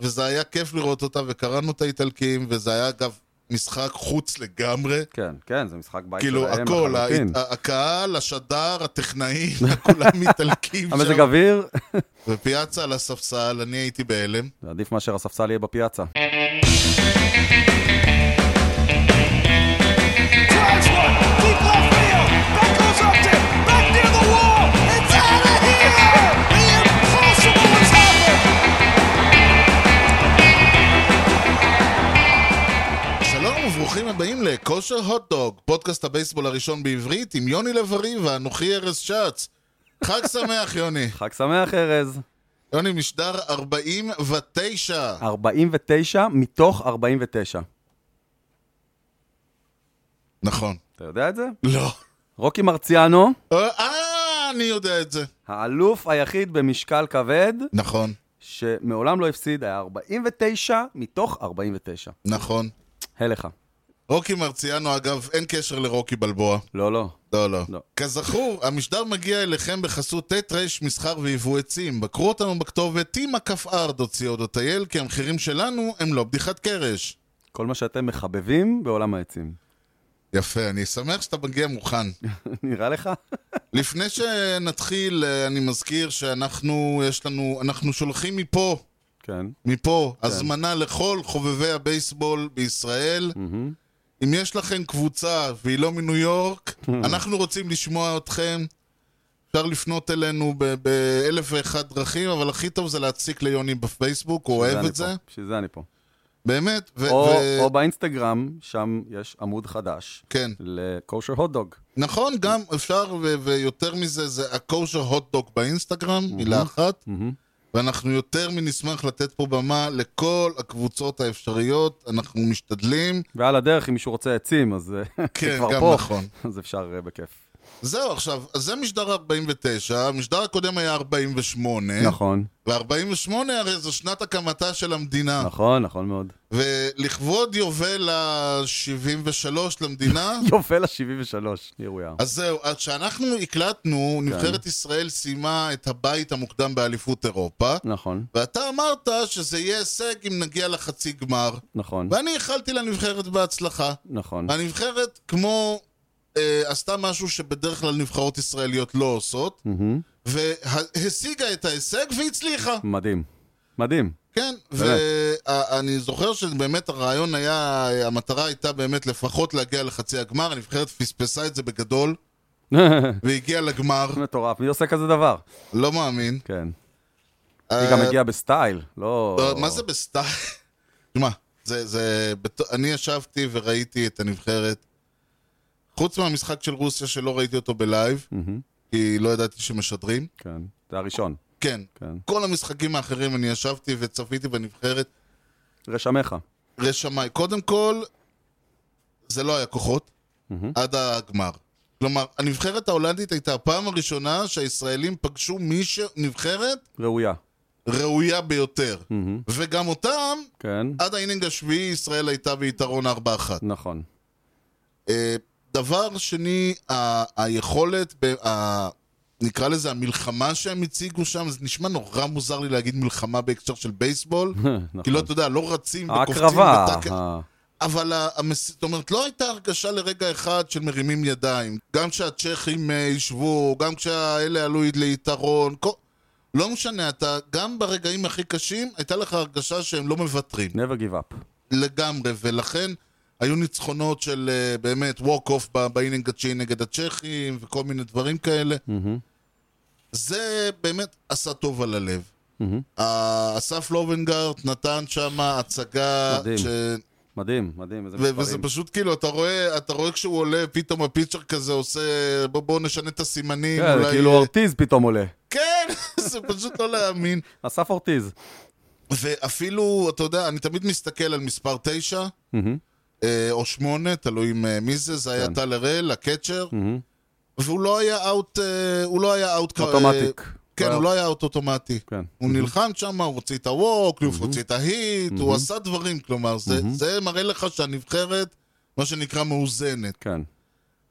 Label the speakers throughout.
Speaker 1: וזה היה כיף לראות אותה, וקראנו את האיטלקים, וזה היה אגב משחק חוץ לגמרי.
Speaker 2: כן, כן, זה משחק בית
Speaker 1: כאילו
Speaker 2: שלהם
Speaker 1: הכל,
Speaker 2: לחלוטין.
Speaker 1: הה- הקהל, השדר, הטכנאי, כולם איטלקים
Speaker 2: המזג
Speaker 1: שם.
Speaker 2: אוויר,
Speaker 1: ופיאצה על הספסל, אני הייתי בהלם.
Speaker 2: זה עדיף מאשר הספסל יהיה בפיאצה.
Speaker 3: Drives one, deep left field. That goes up to, back near the wall. It's out of here. The impossible has happened.
Speaker 1: שלום וברוכים הבאים לכושר הוטדוג, פודקאסט הבייסבול הראשון בעברית עם יוני לב-ארי ואנוכי ארז שץ. חג שמח, יוני.
Speaker 2: חג שמח, ארז.
Speaker 1: יוני, משדר 49.
Speaker 2: 49 מתוך 49.
Speaker 1: נכון.
Speaker 2: אתה יודע את זה?
Speaker 1: לא.
Speaker 2: רוקי מרציאנו,
Speaker 1: אה, אני יודע את זה.
Speaker 2: האלוף היחיד במשקל כבד,
Speaker 1: נכון,
Speaker 2: שמעולם לא הפסיד, היה 49 מתוך 49.
Speaker 1: נכון.
Speaker 2: הלך.
Speaker 1: רוקי מרציאנו, אגב, אין קשר לרוקי בלבוע.
Speaker 2: לא, לא.
Speaker 1: לא, לא.
Speaker 2: לא.
Speaker 1: כזכור, המשדר מגיע אליכם בחסות ט' ר' מסחר ויבוא עצים. בקרו אותנו בכתובת tima.co.il, כי המחירים שלנו הם לא בדיחת קרש.
Speaker 2: כל מה שאתם מחבבים בעולם העצים.
Speaker 1: יפה, אני שמח שאתה מגיע מוכן.
Speaker 2: נראה לך?
Speaker 1: לפני שנתחיל, אה, אני מזכיר שאנחנו, יש לנו, אנחנו שולחים מפה,
Speaker 2: כן.
Speaker 1: מפה, הזמנה לכל חובבי הבייסבול בישראל.
Speaker 2: מהמם.
Speaker 1: אם יש לכם קבוצה והיא לא מניו יורק,
Speaker 2: Hmm.
Speaker 1: אנחנו רוצים לשמוע אתכם. אפשר לפנות אלינו ב- באלף ואחת דרכים, אבל הכי טוב זה להציק ליוני בפייסבוק, הוא אוהב
Speaker 2: אני
Speaker 1: את זה.
Speaker 2: פה, בשביל זה אני פה.
Speaker 1: באמת, ו...
Speaker 2: או,
Speaker 1: ו-
Speaker 2: או באינסטגרם, שם יש עמוד חדש.
Speaker 1: כן.
Speaker 2: לקושר הוטדוג.
Speaker 1: נכון, גם אפשר, ו- ויותר מזה, זה הקושר הוטדוק באינסטגרם,
Speaker 2: Hmm.
Speaker 1: מילה אחת. ואנחנו יותר מנשמח לתת פה במה לכל הקבוצות האפשריות, אנחנו משתדלים.
Speaker 2: ועל הדרך, אם מישהו רוצה עצים, אז אה,
Speaker 1: כן,
Speaker 2: זה כבר
Speaker 1: גם
Speaker 2: פה.
Speaker 1: נכון.
Speaker 2: אז אפשר אה, בכיף.
Speaker 1: זהו, עכשיו, אז זה משדר 49, המשדר הקודם היה 48.
Speaker 2: נכון,
Speaker 1: ו-48 הרי זו שנת הקמתה של המדינה.
Speaker 2: נכון, נכון מאוד.
Speaker 1: ולכבוד יובל ה-73 למדינה,
Speaker 2: יובל ה-73, here we are.
Speaker 1: אז זהו, אז כשאנחנו הקלטנו,
Speaker 2: כן.
Speaker 1: נבחרת ישראל סיימה את הבית המוקדם באליפות אירופה,
Speaker 2: נכון,
Speaker 1: ואתה אמרת שזה יהיה הישג אם נגיע לחצי גמר.
Speaker 2: נכון,
Speaker 1: ואני איחלתי לנבחרת בהצלחה.
Speaker 2: נכון,
Speaker 1: הנבחרת, כמו... אה, עשתה משהו שבדרך כלל נבחרות ישראליות לא עושות,
Speaker 2: מהמם.
Speaker 1: והשיגה את ההישג והצליחה.
Speaker 2: מדהים, מדהים.
Speaker 1: כן,
Speaker 2: באמת.
Speaker 1: ואני זוכר שבאמת הרעיון היה, המטרה הייתה באמת לפחות להגיע לחצי הגמר, הנבחרת פספסה את זה בגדול, והגיעה לגמר,
Speaker 2: מטורף, מי עושה כזה דבר?
Speaker 1: לא מאמין.
Speaker 2: כן.
Speaker 1: אה,
Speaker 2: היא גם הגיעה בסטייל, לא...
Speaker 1: לא, מה זה בסטייל? תשמע, זה, זה, בת- אני ישבתי וראיתי את הנבחרת, חוץ מהמשחק של רוסיה שלא ראיתי אותו בלייב,
Speaker 2: מהמם,
Speaker 1: כי לא ידעתי שמשדרים,
Speaker 2: כן, זה הראשון,
Speaker 1: כן.
Speaker 2: כן.
Speaker 1: כל המשחקים האחרים אני ישבתי וצפיתי בנבחרת,
Speaker 2: רשמיך.
Speaker 1: רשמי. קודם כל, זה לא היה כוחות,
Speaker 2: מהמם.
Speaker 1: עד הגמר. כלומר, הנבחרת ההולנדית הייתה הפעם הראשונה שהישראלים פגשו מישהו, נבחרת
Speaker 2: ראויה.
Speaker 1: ראויה ביותר.
Speaker 2: מהמם,
Speaker 1: וגם אותם,
Speaker 2: כן,
Speaker 1: עד האינינג השביעי ישראל הייתה ביתרון 4-1.
Speaker 2: נכון.
Speaker 1: אה, דבר שני, ה- היכולת, ב- ה- נקרא לזה המלחמה שהם הציגו שם, זה נשמע נורא מוזר לי להגיד מלחמה בהקשר של בייסבול. כי לא,
Speaker 2: נכון.
Speaker 1: אתה יודע, לא רצים וקופצים.
Speaker 2: ההקרבה.
Speaker 1: וטאק-
Speaker 2: ה-
Speaker 1: אבל ה- המס... זאת אומרת, לא הייתה הרגשה לרגע אחד של מרימים ידיים. גם כשהצ'כים אה, ישבו, גם כשאלה עלו ליתרון, כל... לא משנה, אתה, גם ברגעים הכי קשים, הייתה לך הרגשה שהם לא מוותרים.
Speaker 2: never give up.
Speaker 1: לגמרי, ולכן היו ניצחונות של אה, באמת ווק אוף באינינג התשיעי נגד הצ'כים, וכל מיני דברים כאלה.
Speaker 2: מהמם,
Speaker 1: זה באמת עשה טוב על הלב.
Speaker 2: מהמם.
Speaker 1: ה- אסף לובנגרט נתן שם הצגה
Speaker 2: מדהים.
Speaker 1: ש...
Speaker 2: מדהים, מדהים, איזה
Speaker 1: ו- וזה
Speaker 2: מספרים.
Speaker 1: פשוט כאילו, אתה רואה, אתה רואה כשהוא עולה, פתאום הפיצ'ר כזה עושה, בוא, בוא נשנה את הסימנים,
Speaker 2: כן, זה
Speaker 1: אולי... אה,
Speaker 2: כאילו אורטיז פתאום עולה.
Speaker 1: כן, זה פשוט לא להאמין.
Speaker 2: אסף אורטיז.
Speaker 1: ואפילו, אתה יודע, אני תמיד מסתכל על מספר 9,
Speaker 2: מהמם,
Speaker 1: אה, או 8, תלוי עם, אה, מי זה, זה היה
Speaker 2: כן.
Speaker 1: טל הראל, הקצ'ר,
Speaker 2: מהמם.
Speaker 1: והוא לא היה אאוט, אה, הוא לא היה אאוט...
Speaker 2: אוטומטיק.
Speaker 1: כן, הוא לא היה אאוט אוטומטי.
Speaker 2: כן.
Speaker 1: הוא נלחם שם, הוא הוציא את הווק, הוא הוציא את ההיט, הוא עשה דברים, כלומר, זה- זה מראה לך שהנבחרת, מה שנקרא, מאוזנת.
Speaker 2: כן.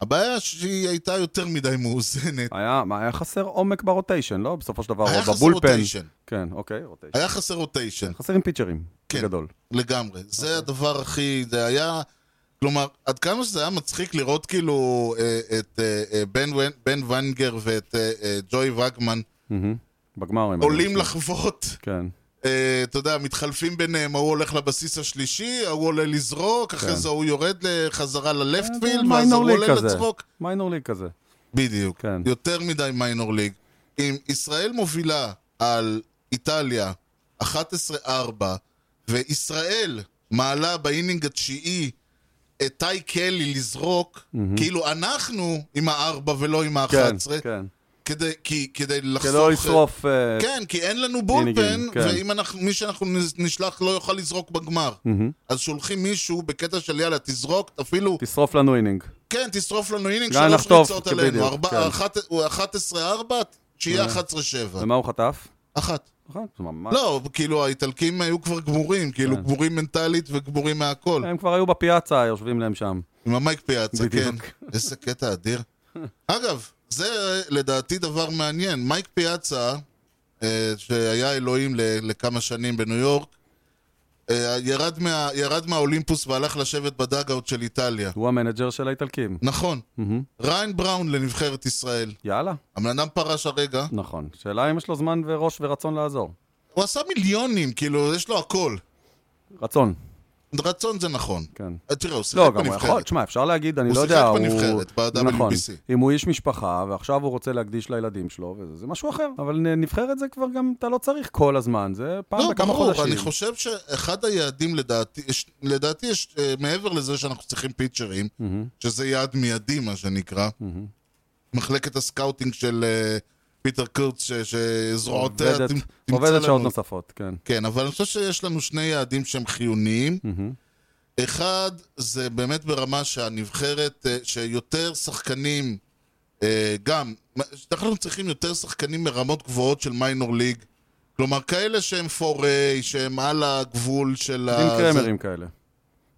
Speaker 1: הבעיה שהיא הייתה יותר מדי מאוזנת.
Speaker 2: היה, מה, היה חסר עומק ברוטיישן, לא? בסופו של דבר,
Speaker 1: היה
Speaker 2: או
Speaker 1: חסר
Speaker 2: בבולפן.
Speaker 1: רוטיישן.
Speaker 2: כן, אוקיי, רוטיישן.
Speaker 1: היה חסר רוטיישן,
Speaker 2: חסרים פיצ'רים.
Speaker 1: כן.
Speaker 2: גדול.
Speaker 1: לגמרי.
Speaker 2: אוקיי.
Speaker 1: זה הדבר הכי... זה היה... כלומר, עד כמה שזה היה מצחיק לראות כאילו אה, את אה, אה, בן ון- בן ונגר ואת אה, אה, ג'וי וגמן
Speaker 2: מהמם. בגמרים.
Speaker 1: עולים
Speaker 2: האלה.
Speaker 1: לחוות,
Speaker 2: כן.
Speaker 1: אה, אתה יודע, מתחלפים ביניהם, ההוא הולך לבסיס השלישי, ההוא עולה לזרוק, אחרי
Speaker 2: כן.
Speaker 1: זה הוא יורד לחזרה ללפט
Speaker 2: אה, זה
Speaker 1: פילד,
Speaker 2: מיינור
Speaker 1: ואז הוא
Speaker 2: ליג
Speaker 1: עולה
Speaker 2: כזה.
Speaker 1: לצחוק.
Speaker 2: מיינור ליג כזה.
Speaker 1: בדיוק.
Speaker 2: כן.
Speaker 1: יותר מדי מיינור ליג. אם ישראל מובילה על איטליה 11-4, וישראל מעלה באינינג התשיעי את טאי קלי לזרוק, כאילו אנחנו עם הארבע ולא עם ה-11,
Speaker 2: כן, כן.
Speaker 1: כדי, כי, כדי לחסוך...
Speaker 2: כדי לא לשרוף... אה,
Speaker 1: כן, כי אין לנו בולפן,
Speaker 2: אינינגים, כן.
Speaker 1: ואם אנחנו, מי שאנחנו נ- נשלח לא יוכל לזרוק בגמר.
Speaker 2: מהמם.
Speaker 1: אז שולחים מישהו בקטע של יאללה, תזרוק, אפילו...
Speaker 2: תשרוף לנו אינינג.
Speaker 1: כן, תשרוף לנו אינינג
Speaker 2: גם
Speaker 1: שלוש
Speaker 2: נחטוף,
Speaker 1: ריצות עלינו.
Speaker 2: בדיוק,
Speaker 1: ארבע-
Speaker 2: כן.
Speaker 1: אחת- הוא 11-4, שיהיה 11-7.
Speaker 2: ומה הוא חטף?
Speaker 1: אחת.
Speaker 2: נכון, זה ממש...
Speaker 1: לא, כאילו, האיטלקים היו כבר גמורים, כאילו,
Speaker 2: כן.
Speaker 1: גמורים מנטלית וגמורים מהכל.
Speaker 2: הם כבר היו בפיאצה, יושבים להם שם.
Speaker 1: עם המייק פיאצה, כן.
Speaker 2: בדיוק.
Speaker 1: איזה קטע אדיר. אגב, זה אה, לדעתי דבר מעניין. מייק פיאצה, אה, שהיה אלוהים ל- לכמה שנים בניו יורק, אה, ירד מה- ירד מהאולימפוס והלך לשבת בדאגאוט של איטליה.
Speaker 2: הוא המנג'ר של האיטלקים.
Speaker 1: נכון.
Speaker 2: מהמם.
Speaker 1: ריין בראון לנבחרת ישראל.
Speaker 2: יאללה,
Speaker 1: הבן אדם פרש הרגע.
Speaker 2: נכון. שאלה אם יש לו זמן וראש ורצון לעזור.
Speaker 1: הוא עשה מיליונים, כאילו, יש לו הכל.
Speaker 2: רצון,
Speaker 1: רצון זה נכון.
Speaker 2: כן.
Speaker 1: אה, תראה, הוא שיחק
Speaker 2: לא, גם הוא יכול,
Speaker 1: בנבחרת.
Speaker 2: תשמע, אפשר להגיד, אני
Speaker 1: הוא
Speaker 2: לא
Speaker 1: שיחק
Speaker 2: יודע,
Speaker 1: בנבחרת, ב-
Speaker 2: נכון,
Speaker 1: WBC.
Speaker 2: אם הוא איש משפחה, ועכשיו הוא רוצה להקדיש לילדים שלו, וזה זה משהו אחר. אבל נ- נבחרת זה כבר גם, אתה לא צריך כל הזמן, זה פעם
Speaker 1: לא,
Speaker 2: בכמה
Speaker 1: ברור,
Speaker 2: חודשים.
Speaker 1: אני חושב שאחד היעדים לדעתי, יש- לדעתי יש, אה, מעבר לזה שאנחנו צריכים פיצ'רים,
Speaker 2: מהמם,
Speaker 1: שזה יעד מיידי, מה שנקרא,
Speaker 2: מהמם.
Speaker 1: מחלקת הסקאוטינג של אה, פיטר קורץ, ש- שזרועותיה
Speaker 2: עובדת-
Speaker 1: אה, תמצא לנו.
Speaker 2: עובדת שעות נוספות, כן.
Speaker 1: כן, אבל אני חושב שיש לנו שני יעדים שהם חיוניים.
Speaker 2: מהמם.
Speaker 1: אחד, זה באמת ברמה שהנבחרת, אה, שיותר שחקנים, אה, גם, אנחנו צריכים יותר שחקנים מרמות גבוהות של מיינור ליג. כלומר, כאלה שהם פוריי, שהם על הגבול של
Speaker 2: דין
Speaker 1: ה... אה, זה-
Speaker 2: קרמרים כאלה.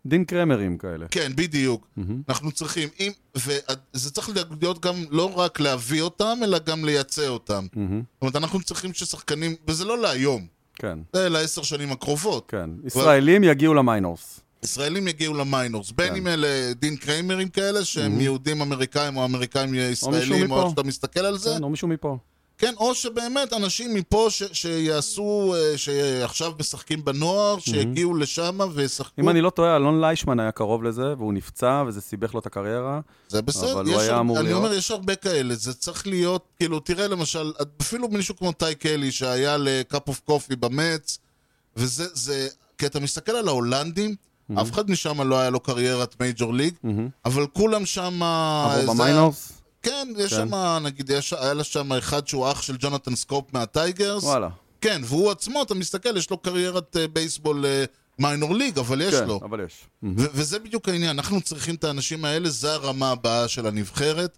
Speaker 2: דין קרמרים כאלה.
Speaker 1: כן, בדיוק.
Speaker 2: מהמם.
Speaker 1: אנחנו צריכים, אם, וזה צריך להיות גם לא רק להביא אותם, אלא גם לייצא אותם.
Speaker 2: מהמם,
Speaker 1: זאת אומרת, אנחנו צריכים ששחקנים, וזה לא להיום,
Speaker 2: כן,
Speaker 1: זה לעשר שנים הקרובות.
Speaker 2: כן. ישראלים יגיעו למיינורס.
Speaker 1: ישראלים יגיעו למיינורס, בין
Speaker 2: כן.
Speaker 1: אם אלה דין קריימרים כאלה, שהם יהודים אמריקאים או אמריקאים ישראלים,
Speaker 2: מפה.
Speaker 1: או איך שאתה מסתכל על זה,
Speaker 2: כן, או מישהו מפה.
Speaker 1: כן, או שבאמת אנשים מפה ש- שיעשו, אה, שעכשיו משחקים בנוער, שיגיעו לשם וישחקו,
Speaker 2: אם אני לא טועה, אלון ליישמן היה קרוב לזה, והוא נפצע, וזה סיבך לו את הקריירה.
Speaker 1: זה בסדר,
Speaker 2: אבל הוא
Speaker 1: יש
Speaker 2: היה
Speaker 1: הר-
Speaker 2: אמור
Speaker 1: אני
Speaker 2: להיות.
Speaker 1: אומר, יש הרבה כאלה, זה צריך להיות, כאילו, תראה למשל, אפילו מישהו כמו טי קלי שהיה לקאפ אוף קופי במץ, וזה, זה, כי אתה מסתכל על ההולנדים, אף אחד משם לא היה לו קריירת מייג'ור ליג,
Speaker 2: מהמם.
Speaker 1: אבל כולם שם... אה,
Speaker 2: עבור במיינורס?
Speaker 1: כן, יש
Speaker 2: כן.
Speaker 1: שם, נגיד, יש, היה לה שם אחד שהוא אח של ג'ונתן סקופ מהטייגרס.
Speaker 2: וואלה.
Speaker 1: כן, והוא עצמו, אתה מסתכל, יש לו קריירת אה, בייסבול אה, מיינור ליג, אבל יש
Speaker 2: כן,
Speaker 1: לו.
Speaker 2: אבל יש.
Speaker 1: ו- וזה בדיוק העניין, אנחנו צריכים את האנשים האלה, זה הרמה הבאה של הנבחרת.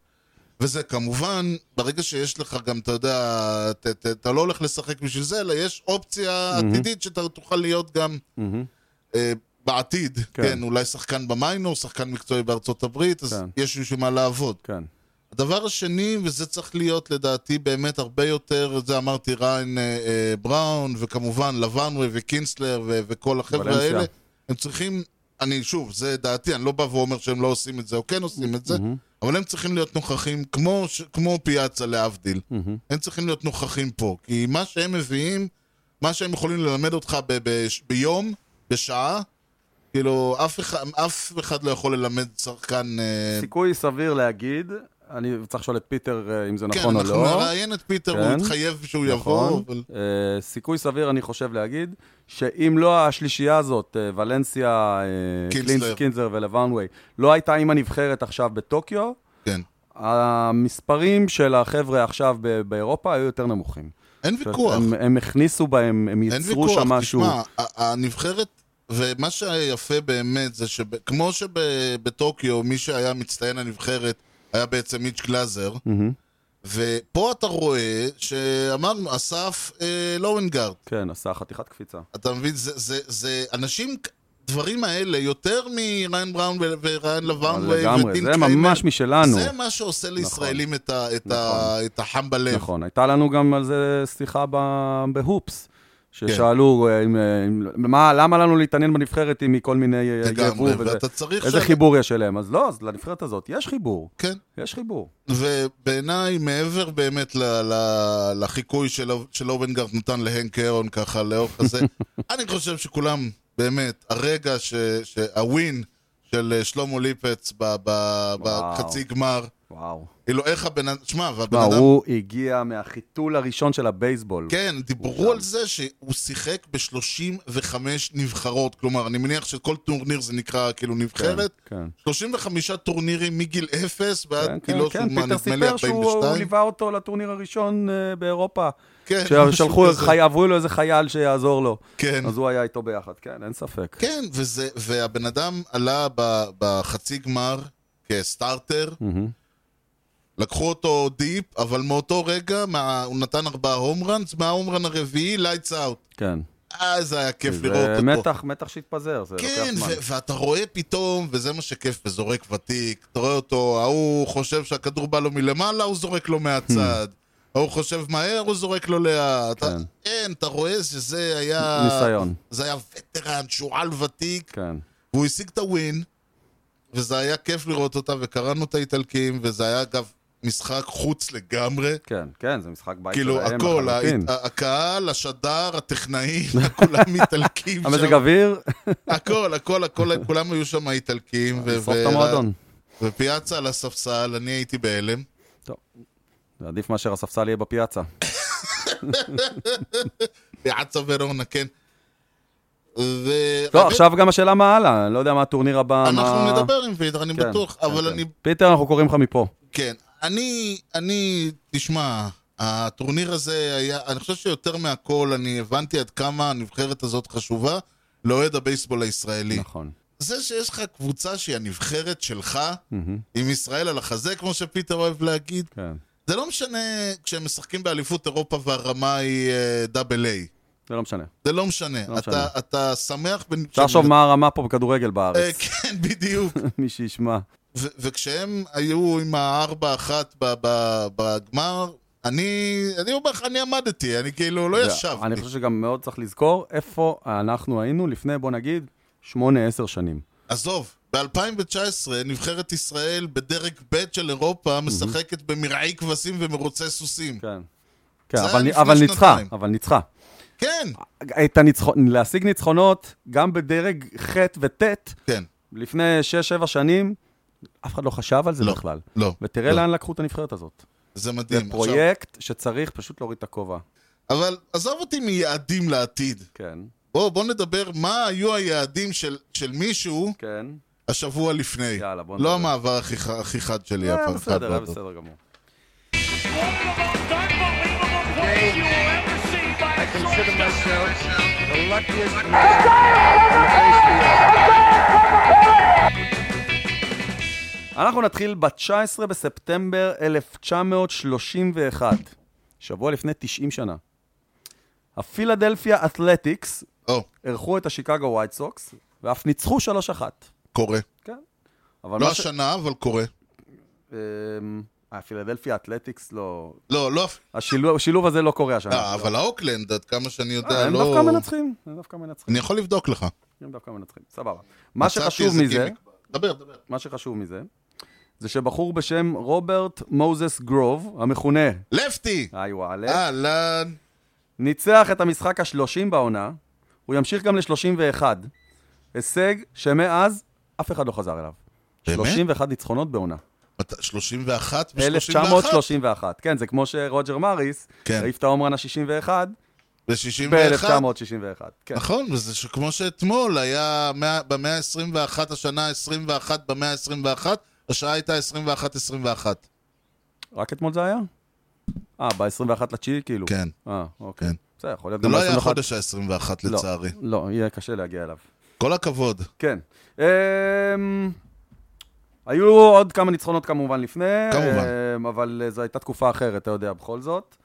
Speaker 1: וזה כמובן, ברגע שיש לך גם, אתה יודע, ת- ת- אתה לא הולך לשחק בשביל זה, אלא יש אופציה עתידית שאתה תוכל להיות גם
Speaker 2: מהמם.
Speaker 1: אה, בעתיד.
Speaker 2: כן.
Speaker 1: כן, אולי שחקן במיינור, שחקן מקצועי בארצות הברית, אז
Speaker 2: כן.
Speaker 1: יש בשביל מה לעבוד.
Speaker 2: כן.
Speaker 1: הדבר השני, וזה צריך להיות לדעתי באמת הרבה יותר, זה אמרתי ריין אה, אה, בראון, וכמובן לבנוי וקינסלר ו- וכל החבר'ה
Speaker 2: ולנסיה.
Speaker 1: האלה, הם צריכים, אני שוב, זה דעתי, אני לא בא ואומר שהם לא עושים את זה או כן עושים את זה, אבל הם צריכים להיות נוכחים כמו, ש- כמו פיאצה להבדיל,
Speaker 2: מהמם.
Speaker 1: הם צריכים להיות נוכחים פה, כי מה שהם מביאים, מה שהם יכולים ללמד אותך ב- ב- ביום, בשעה, כאילו אף אחד, אף אחד לא יכול ללמד שחקן... אה,
Speaker 2: סיכוי סביר להגיד, אני צריך לשאול את פיטר אה, אם זה
Speaker 1: כן,
Speaker 2: נכון או
Speaker 1: אנחנו
Speaker 2: לא.
Speaker 1: נראיין את פיטר,
Speaker 2: כן.
Speaker 1: הוא התחייב שהוא יבוא,
Speaker 2: נכון.
Speaker 1: אבל...
Speaker 2: אה, סיכוי סביר, אני חושב להגיד, שאם לא השלישייה הזאת, אה, ולנסיה, אה,
Speaker 1: קינזלר.
Speaker 2: קלינס- קינזלר ולוונווי, לא הייתה עם הנבחרת עכשיו בטוקיו,
Speaker 1: כן.
Speaker 2: המספרים של החבר'ה עכשיו ב- באירופה היו יותר נמוכים.
Speaker 1: אין
Speaker 2: זאת אומרת,
Speaker 1: ויכוח,
Speaker 2: הם- הם הכניסו בהם, הם
Speaker 1: אין
Speaker 2: ייצרו
Speaker 1: ויכוח.
Speaker 2: שם משהו.
Speaker 1: תשמע, ה- הנבחרת, ומה שהיה יפה באמת זה שכמו שבטוקיו מי שהיה מצטיין הנבחרת היה בעצם מיץ' גלאזר,
Speaker 2: מהמם.
Speaker 1: ופה אתה רואה שאמרנו, אסף אה, לוינגארד.
Speaker 2: כן, עשה חתיכת קפיצה.
Speaker 1: אתה מבין? זה, זה, זה אנשים... הדברים האלה, יותר מריין בראון ו- וריין לבנגווי
Speaker 2: לגמרי, זה ממש משלנו.
Speaker 1: זה מה שעושה לישראלים את ה- את ה-
Speaker 2: נכון.
Speaker 1: את החם בלב.
Speaker 2: נכון, הייתה לנו גם על זה שיחה ב- בהופס.
Speaker 1: כן.
Speaker 2: ששאלו, אה, אם, אה, אם- מה, למה לנו להתעניין בנבחרת אם היא כל מיני אה, יבוא
Speaker 1: לגמרי,
Speaker 2: וזה?
Speaker 1: ואתה צריך...
Speaker 2: איזה
Speaker 1: ש-
Speaker 2: חיבור יש אליהם? אז לא, אז לנבחרת הזאת יש חיבור.
Speaker 1: כן.
Speaker 2: יש חיבור.
Speaker 1: ובעיניי, מעבר באמת ל- ל- לחיקוי של- של אובנגרט נתן להנק אהרון ככה לאורך הזה, אני חושב שכולם, באמת, הרגע, ש- ש- הווין של אה, שלמה ליפץ ב- ב-
Speaker 2: וואו.
Speaker 1: בחצי גמר,
Speaker 2: וואו.
Speaker 1: כאילו איך הבן אדם, שמע, והבן
Speaker 2: מה,
Speaker 1: אדם,
Speaker 2: הוא הגיע מהחיתול הראשון של הבייסבול.
Speaker 1: כן, דיברו
Speaker 2: הוא
Speaker 1: על זה שהוא שיחק ב-35 נבחרות, כלומר, אני מניח שכל טורניר זה נקרא כאילו נבחרת,
Speaker 2: כן.
Speaker 1: 35 טורנירים מגיל 0 ועד
Speaker 2: כן, כן,
Speaker 1: כאילו,
Speaker 2: כן,
Speaker 1: מה,
Speaker 2: פיטר
Speaker 1: נדמה לי
Speaker 2: סיפר שהוא הוא
Speaker 1: 42.
Speaker 2: ליווה אותו לטורניר הראשון אה, באירופה.
Speaker 1: כן,
Speaker 2: ששלחו,
Speaker 1: משהו כזה.
Speaker 2: חי- עברו לו איזה חייל שיעזור לו.
Speaker 1: כן.
Speaker 2: אז הוא היה איתו ביחד, כן, אין ספק.
Speaker 1: כן, וזה, והבן אדם עלה ב, בחצי גמר כסטארטר,
Speaker 2: מהמם.
Speaker 1: לקחו אותו דיפ, אבל מאותו רגע מה, הוא נתן ארבעה הום ראנס, מההום ראן הרביעי, לייטס אאוט.
Speaker 2: כן.
Speaker 1: אה, זה היה כיף לראות
Speaker 2: זה
Speaker 1: אותו.
Speaker 2: מתח, מתח שהתפזר, זה
Speaker 1: כן,
Speaker 2: לוקח זמן.
Speaker 1: ו- ואתה רואה פתאום, וזה מה שכיף בזורק ותיק, אתה רואה אותו, ההוא חושב שהכדור בא לו מלמעלה, הוא זורק לו מהצד. ההוא חושב מהר, הוא זורק לו לאט.
Speaker 2: Hmm. כן.
Speaker 1: אין, אתה רואה שזה היה...
Speaker 2: ניסיון.
Speaker 1: זה היה וטרן, שועל ותיק,
Speaker 2: כן.
Speaker 1: והוא השיג את הווין, וזה היה כיף לראות אותה, וקראנו את האיטלקים, וזה היה אגב משחק חוץ לגמרי.
Speaker 2: כן, כן, זה משחק בית
Speaker 1: כאילו,
Speaker 2: שלהם
Speaker 1: הכל,
Speaker 2: לחלוטין.
Speaker 1: ה- הקהל, השדר, הטכנאים, כולם איטלקים
Speaker 2: המזג אוויר,
Speaker 1: הכל, הכל, הכל, כולם היו שם איטלקים. ו-
Speaker 2: לשרוף את
Speaker 1: ו-
Speaker 2: המועדון.
Speaker 1: ופיאצה על הספסל, אני הייתי בהלם.
Speaker 2: זה עדיף מאשר הספסל יהיה בפיאצה.
Speaker 1: פיאצה ורונה, כן. ו...
Speaker 2: לא,
Speaker 1: אבל
Speaker 2: עכשיו גם השאלה מה הלאה, אני לא יודע מה הטורניר הבא, מה...
Speaker 1: אנחנו נדבר עם וידר, אני
Speaker 2: כן,
Speaker 1: בטוח,
Speaker 2: כן,
Speaker 1: אבל
Speaker 2: כן.
Speaker 1: אני...
Speaker 2: פיטר, אנחנו קוראים לך מפה.
Speaker 1: כן. אני, אני, תשמע, הטורניר הזה היה, אני חושב שיותר מהכל, אני הבנתי עד כמה הנבחרת הזאת חשובה לאוהד הבייסבול הישראלי.
Speaker 2: נכון.
Speaker 1: זה שיש לך קבוצה שהיא הנבחרת שלך,
Speaker 2: מהמם.
Speaker 1: עם ישראל על החזה, כמו שפיטר אוהב להגיד,
Speaker 2: כן.
Speaker 1: זה לא משנה כשהם משחקים באליפות אירופה והרמה היא דאבל איי.
Speaker 2: זה לא משנה.
Speaker 1: זה לא משנה.
Speaker 2: לא
Speaker 1: אתה,
Speaker 2: משנה.
Speaker 1: אתה שמח... בנ-
Speaker 2: אפשר לחשוב מה הרמה פה בכדורגל
Speaker 1: אה,
Speaker 2: בארץ,
Speaker 1: כן, בדיוק.
Speaker 2: מי שישמע.
Speaker 1: ו- וכשהם היו עם הארבע אחת ב- ב- בגמר, אני, אני אומר לך, אני עמדתי, אני כאילו לא
Speaker 2: זה-
Speaker 1: ישבתי.
Speaker 2: אני חושב שגם מאוד צריך לזכור איפה אנחנו היינו לפני, בוא נגיד, 8-10 שנים.
Speaker 1: עזוב, ב-2019 נבחרת ישראל בדרג ב' של אירופה משחקת במרעי כבשים ומרוצי סוסים.
Speaker 2: כן. כן,
Speaker 1: זה היה
Speaker 2: אבל,
Speaker 1: לפני
Speaker 2: אבל ניצחה,
Speaker 1: שנתיים.
Speaker 2: אבל ניצחה.
Speaker 1: כן,
Speaker 2: את הניצחו... להשיג ניצחונות, גם בדרג ח' וט',
Speaker 1: כן,
Speaker 2: לפני 6-7 שנים, אף אחד לא חשב על זה
Speaker 1: לא,
Speaker 2: בכלל.
Speaker 1: לא.
Speaker 2: ותראה
Speaker 1: לא.
Speaker 2: לאן לקחו את הנבחרת הזאת.
Speaker 1: זה
Speaker 2: זה
Speaker 1: מדהים. עכשיו,
Speaker 2: פרויקט שצריך פשוט להוריד את הכובע.
Speaker 1: אבל עזוב אותי מיעדים לעתיד.
Speaker 2: כן,
Speaker 1: בוא, בוא נדבר מה היו היעדים של, של מישהו
Speaker 2: כן.
Speaker 1: השבוע לפני.
Speaker 2: יאללה, בוא
Speaker 1: לא
Speaker 2: נדבר.
Speaker 1: המעבר הכי, ח- הכי חד שלי.
Speaker 2: היה
Speaker 1: הפעם,
Speaker 2: אה, בסדר,
Speaker 1: חד
Speaker 2: היה
Speaker 1: מאוד.
Speaker 2: בסדר גמור.
Speaker 4: unbelievable plays you will ever see by a
Speaker 5: consider
Speaker 4: shortstop.
Speaker 5: myself the luckiest man.
Speaker 2: אנחנו נתחיל ב-19 בספטמבר 1931, שבוע לפני 90 שנה. הפילדלפיה אתלטיקס
Speaker 1: או,
Speaker 2: אירחו את השיקגו ווייט סוקס, ואף ניצחו 3-1.
Speaker 1: קורה.
Speaker 2: כן. אבל
Speaker 1: לא
Speaker 2: מה ש...
Speaker 1: השנה, אבל קורה.
Speaker 2: אמ, הפילדלפיה אתלטיקס לא...
Speaker 1: לא, לא... אף-
Speaker 2: השילוב השילוב הזה לא קורה השנה.
Speaker 1: אה, אבל האוקלנד, עד כמה שאני
Speaker 2: אה,
Speaker 1: יודע,
Speaker 2: הם
Speaker 1: לא...
Speaker 2: דווקא מנצחים, הם דווקא מנצחים,
Speaker 1: אני יכול לבדוק לך.
Speaker 2: הם דווקא מנצחים, סבבה. מה
Speaker 1: מצאתי
Speaker 2: שחשוב
Speaker 1: איזה
Speaker 2: מזה,
Speaker 1: גימיק. דבר, דבר.
Speaker 2: מה שחשוב מזה, זה שבחור בשם רוברט מוזס גרוב, המכונה,
Speaker 1: לפטי!
Speaker 2: היי וואלה,
Speaker 1: אה. אהלן.
Speaker 2: ניצח את המשחק ה-30 בעונה, הוא ימשיך גם ל-31. הישג שמאז אף אחד לא חזר אליו.
Speaker 1: באמת?
Speaker 2: 31 ניצחונות בעונה.
Speaker 1: מת- 31 ו-31
Speaker 2: 1931. כן, זה כמו שרוג'ר מריס
Speaker 1: כן.
Speaker 2: העיף את ההומרן ה-61
Speaker 1: ו-61.
Speaker 2: ב-1961. כן.
Speaker 1: נכון, וזה שכמו שאתמול היה מאה- במאה ה-21, השנה ה-21, במאה ה-21, השעה הייתה 21-21.
Speaker 2: רק אתמול זה היה? אה, ב-21 לתשיעי כאילו.
Speaker 1: כן.
Speaker 2: אה, אוקיי.
Speaker 1: כן.
Speaker 2: בסדר, יכול להיות
Speaker 1: זה
Speaker 2: גם ב-21.
Speaker 1: לא היה החודש ה-21 לצערי.
Speaker 2: לא, לא, יהיה קשה להגיע אליו.
Speaker 1: כל הכבוד.
Speaker 2: כן. אמ... היו עוד כמה ניצחונות כמובן לפני,
Speaker 1: כמובן.
Speaker 2: אמ, אבל אה, זו הייתה תקופה אחרת, אתה יודע, בכל זאת.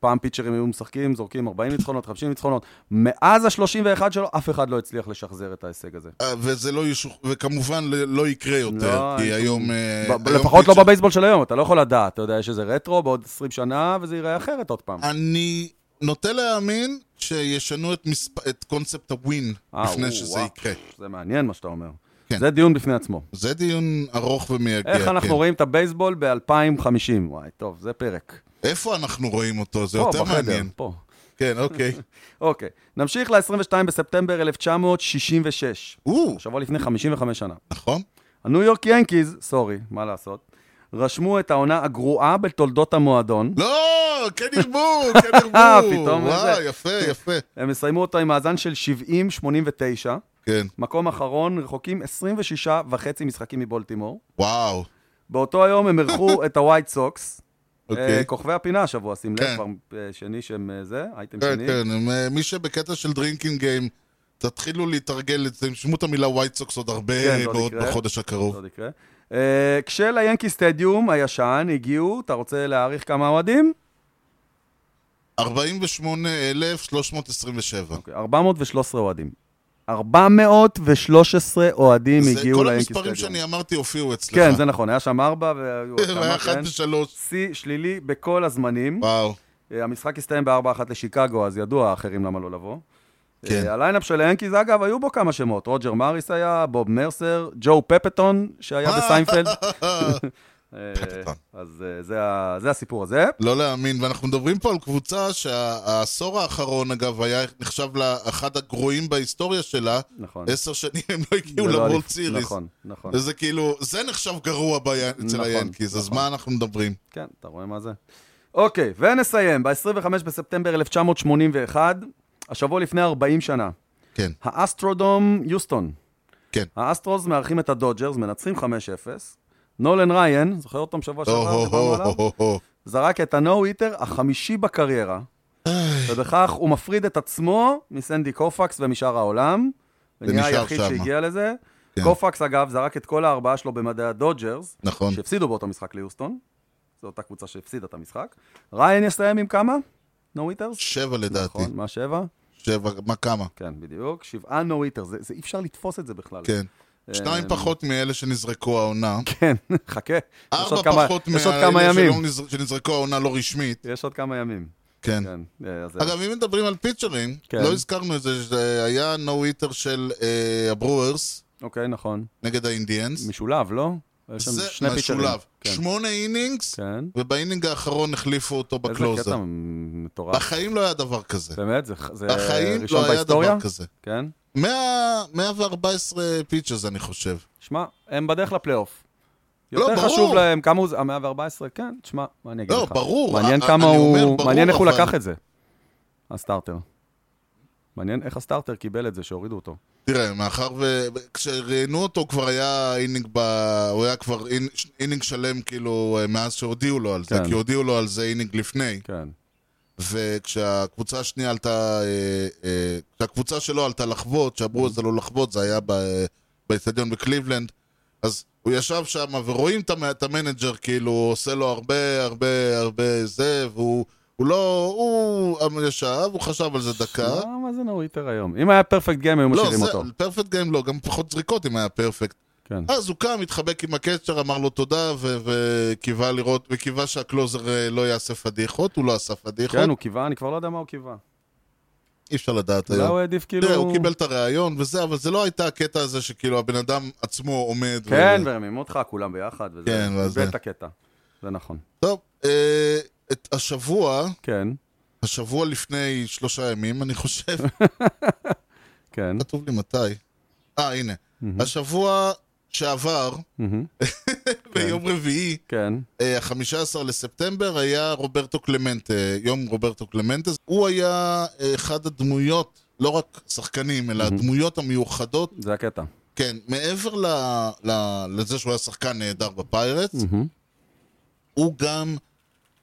Speaker 2: פעם פיצ'רים היו משחקים, זורקים 40 ניצחונות, 50 ניצחונות. מאז ה-31 שלו, אף אחד לא הצליח לשחזר את ההישג הזה.
Speaker 1: אה, וזה לא ישוח... וכמובן ל- לא יקרה יותר,
Speaker 2: לא,
Speaker 1: כי
Speaker 2: אין
Speaker 1: היום...
Speaker 2: שום-
Speaker 1: אה,
Speaker 2: ב-
Speaker 1: היום
Speaker 2: לפחות לא
Speaker 1: פיצ'ר-
Speaker 2: בבייסבול של היום, אתה לא יכול לדעת. אתה יודע, יש איזה רטרו בעוד 20 שנה, וזה ייראה אחרת עוד פעם.
Speaker 1: אני נוטה להאמין שישנו את, מספ... את קונספט הווין
Speaker 2: אה,
Speaker 1: לפני
Speaker 2: או,
Speaker 1: שזה
Speaker 2: וואו,
Speaker 1: יקרה.
Speaker 2: זה מעניין מה שאתה אומר.
Speaker 1: כן.
Speaker 2: זה דיון בפני עצמו.
Speaker 1: זה דיון ארוך ומייגע.
Speaker 2: איך
Speaker 1: כן.
Speaker 2: אנחנו רואים את הבייסבול ב-2050? וואי, טוב, זה פרק.
Speaker 1: איפה אנחנו רואים אותו? זה
Speaker 2: פה,
Speaker 1: יותר
Speaker 2: בחדר,
Speaker 1: מעניין.
Speaker 2: פה.
Speaker 1: כן, אוקיי.
Speaker 2: אוקיי, נמשיך ל-22 בספטמבר 1966,
Speaker 1: או,
Speaker 2: שבוע לפני 55 שנה.
Speaker 1: נכון?
Speaker 2: הניו יורק ינקיז, סורי, מה לעשות, רשמו את העונה הגרועה בתולדות המועדון.
Speaker 1: לא, כן ירבו, כן ירבו.
Speaker 2: אה, פתאום
Speaker 1: וואי,
Speaker 2: זה.
Speaker 1: יפה, יפה.
Speaker 2: הם יסיימו אותה עם מאזן של 70-89,
Speaker 1: כן,
Speaker 2: מקום אחרון, רחוקים 26 וחצי משחקים מבולטימור.
Speaker 1: וואו.
Speaker 2: באותו היום הם אירחו את הווייט סוקס.
Speaker 1: אוקיי.
Speaker 2: אה, כוכבי הפינה השבוע, שים לב,
Speaker 1: כן.
Speaker 2: כבר אה, שני שהם אה, זה, אייטם
Speaker 1: כן,
Speaker 2: שני.
Speaker 1: כן, הם, אה, מי שבקטע של דרינקינג גיים, תתחילו להתרגל, תשמעו את המילה ווייט סוקס עוד הרבה
Speaker 2: כן, זה עוד
Speaker 1: בעוד
Speaker 2: יקרה. לא
Speaker 1: בחודש
Speaker 2: זה
Speaker 1: הקרוב.
Speaker 2: עוד יקרה. אה, כשליאנקי סטדיום הישן הגיעו, אתה רוצה להעריך כמה אוהדים?
Speaker 1: 48,327.
Speaker 2: אוקיי, 413 אוהדים. 413 אוהדים
Speaker 1: זה-
Speaker 2: הגיעו
Speaker 1: כל
Speaker 2: ליאנקי
Speaker 1: המספרים
Speaker 2: סטדיום.
Speaker 1: שאני אמרתי הופיעו אצלך.
Speaker 2: כן, זה נכון, היה שם ארבע והיו עוד
Speaker 1: היה
Speaker 2: כמה,
Speaker 1: אחת
Speaker 2: כן.
Speaker 1: בשלוש.
Speaker 2: שיא שלילי בכל הזמנים.
Speaker 1: וואו.
Speaker 2: אה, המשחק הסתיים בארבע אחת לשיקגו, אז ידוע האחרים למה לא לבוא.
Speaker 1: כן.
Speaker 2: אה, הליינאפ של היאנקיז, אגב, היו בו כמה שמות. רוג'ר מריס היה, בוב מרסר, ג'ו פפטון, שהיה בסיינפלד. אה,
Speaker 1: פפטון.
Speaker 2: אז אה, זה ה- זה הסיפור הזה.
Speaker 1: לא להאמין, ואנחנו מדברים פה על קבוצה שהעשור האחרון, אגב, היה נחשב לאחד הגרועים בהיסטוריה שלה.
Speaker 2: נכון.
Speaker 1: עשר שנים הם לא הגיעו
Speaker 2: זה לא
Speaker 1: לוולד
Speaker 2: עדיף.
Speaker 1: סיריס.
Speaker 2: נכון, נכון.
Speaker 1: וזה כאילו, זה נחשב גרוע בי- אצל
Speaker 2: נכון,
Speaker 1: היאנקיז, אז
Speaker 2: נכון.
Speaker 1: מה אנחנו מדברים?
Speaker 2: כן, אתה רואה מה זה. אוקיי, ונסיים. ב-25 בספטמבר 1981, השבוע לפני 40 שנה,
Speaker 1: כן,
Speaker 2: האסטרודום יוסטון.
Speaker 1: כן.
Speaker 2: האסטרוס מארחים את הדודג'רס, מנצחים 5-0. נולן ריין, זוכר אותו בשבוע שעבר, דיברנו עליו?
Speaker 1: או-הו-הו-הו-הו.
Speaker 2: זרק את הנו-היטר החמישי בקריירה, ובכך הוא מפריד את עצמו מסנדי קופקס ומשאר העולם, ונהיה
Speaker 1: ונשאר
Speaker 2: היחיד
Speaker 1: שמה.
Speaker 2: שהגיע לזה.
Speaker 1: אה? כן.
Speaker 2: קופקס, אגב, זרק את כל הארבעה שלו במדעי הדודג'רס,
Speaker 1: נכון.
Speaker 2: שהפסידו באותו משחק ליוסטון. זו אותה קבוצה שהפסידה את המשחק. ריין יסיים עם כמה? נו-היטרס?
Speaker 1: שבע לדעתי.
Speaker 2: נכון, מה שבע?
Speaker 1: שבע, מה כמה?
Speaker 2: כן, בדיוק. שבעה נו-היטרס, זה זה- אי אפשר לתפוס את זה בכלל.
Speaker 1: כן.
Speaker 2: אה,
Speaker 1: שניים פחות מאלה שנזרקו העונה.
Speaker 2: כן, חכה. יש עוד
Speaker 1: ארבע
Speaker 2: כמה-
Speaker 1: פחות
Speaker 2: יש עוד כמה
Speaker 1: מאלה
Speaker 2: ימים.
Speaker 1: שלא נזר- שנזרקו העונה לא רשמית.
Speaker 2: יש עוד כמה ימים.
Speaker 1: כן.
Speaker 2: כן. אה, אז זהו.
Speaker 1: אגב, אם מדברים על פיצ'רים,
Speaker 2: כן.
Speaker 1: לא הזכרנו את זה, שזה היה נו היטר של אה, הברוארס
Speaker 2: אוקיי, נכון.
Speaker 1: נגד האינדיאנס.
Speaker 2: משולב, לא? יש שם
Speaker 1: זה
Speaker 2: שני פיצ'רים.
Speaker 1: משולב.
Speaker 2: כן.
Speaker 1: שמונה אינינגס,
Speaker 2: כן.
Speaker 1: ובאינינג האחרון החליפו אותו
Speaker 2: איזה
Speaker 1: בקלוזר.
Speaker 2: קטע מטורף.
Speaker 1: בחיים לא היה דבר כזה.
Speaker 2: באמת, זה זה
Speaker 1: בחיים
Speaker 2: ראשון
Speaker 1: לא היה
Speaker 2: בהיסטוריה?
Speaker 1: דבר כזה.
Speaker 2: כן.
Speaker 1: 100 114 פיצ'רס, אני חושב.
Speaker 2: שמע, הם בדרך לפלייאוף.
Speaker 1: לא,
Speaker 2: יותר
Speaker 1: ברור.
Speaker 2: חשוב להם כמה הוא... ה-114, כן, תשמע, מה אני אגיד
Speaker 1: לא,
Speaker 2: לך?
Speaker 1: ברור.
Speaker 2: מעניין
Speaker 1: א-
Speaker 2: כמה
Speaker 1: אני אומר,
Speaker 2: הוא...
Speaker 1: ברור,
Speaker 2: מעניין איך הוא
Speaker 1: אבל-
Speaker 2: לקח את זה, הסטארטר. מעניין איך הסטארטר קיבל את זה שהורידו אותו.
Speaker 1: תראה, מאחר ו... כשראיינו אותו כבר היה אינינג ב... הוא היה כבר אינ- אינינג שלם, כאילו, אה, מאז שהודיעו לו על זה,
Speaker 2: כן.
Speaker 1: כי הודיעו לו על זה אינינג לפני.
Speaker 2: כן.
Speaker 1: וכשהקבוצה השנייה עלתה, אה, אה, כשהקבוצה שלו עלתה לחוות, שאמרו זה לא לחוות, זה היה ב- באצטדיון בקליבלנד, אז הוא ישב שם ורואים את המ- את המנג'ר, כאילו, הוא עושה לו הרבה הרבה הרבה זה, והוא הוא לא, הוא ישב, הוא חשב על זה דקה.
Speaker 2: שמע, מה זה נוריטר היום? אם היה פרפקט גיים, היו
Speaker 1: לא,
Speaker 2: לא משאירים
Speaker 1: זה,
Speaker 2: אותו.
Speaker 1: פרפקט גיים לא, גם פחות זריקות אם היה פרפקט.
Speaker 2: כן.
Speaker 1: אז הוא קם, התחבק עם הקצ'ר, אמר לו תודה, ו- וקיווה לראות, וקיווה שהקלוזר אה, לא יעשה פדיחות, הוא לא עשה פדיחות,
Speaker 2: כן, הוא קיווה, אני כבר לא יודע מה הוא קיווה.
Speaker 1: אי אפשר לדעת
Speaker 2: אולי
Speaker 1: היום.
Speaker 2: הוא העדיף כאילו...
Speaker 1: תראה, הוא קיבל את הריאיון וזה, אבל זה לא הייתה הקטע הזה שכאילו הבן אדם עצמו עומד. ו-
Speaker 2: כן, ורמימו אותך כולם ביחד, וזה...
Speaker 1: כאילו. כן, ואז זה.
Speaker 2: איבד את הקטע. זה נכון.
Speaker 1: טוב, אה, את השבוע,
Speaker 2: כן,
Speaker 1: השבוע לפני שלושה ימים, אני חושב,
Speaker 2: כן.
Speaker 1: כתוב לי מתי. אה, הנה. השבוע שעבר,
Speaker 2: מהמם.
Speaker 1: ביום רביעי,
Speaker 2: כן.
Speaker 1: אה, 15 לספטמבר, היה רוברטו קלמנטה, יום רוברטו קלמנטה. הוא היה אה, אחד הדמויות, לא רק שחקנים, אלא הדמויות המיוחדות
Speaker 2: זה הקטע.
Speaker 1: כן, מעבר ל, ל, לזה שהוא היה שחקן נהדר בפיירטס, הוא גם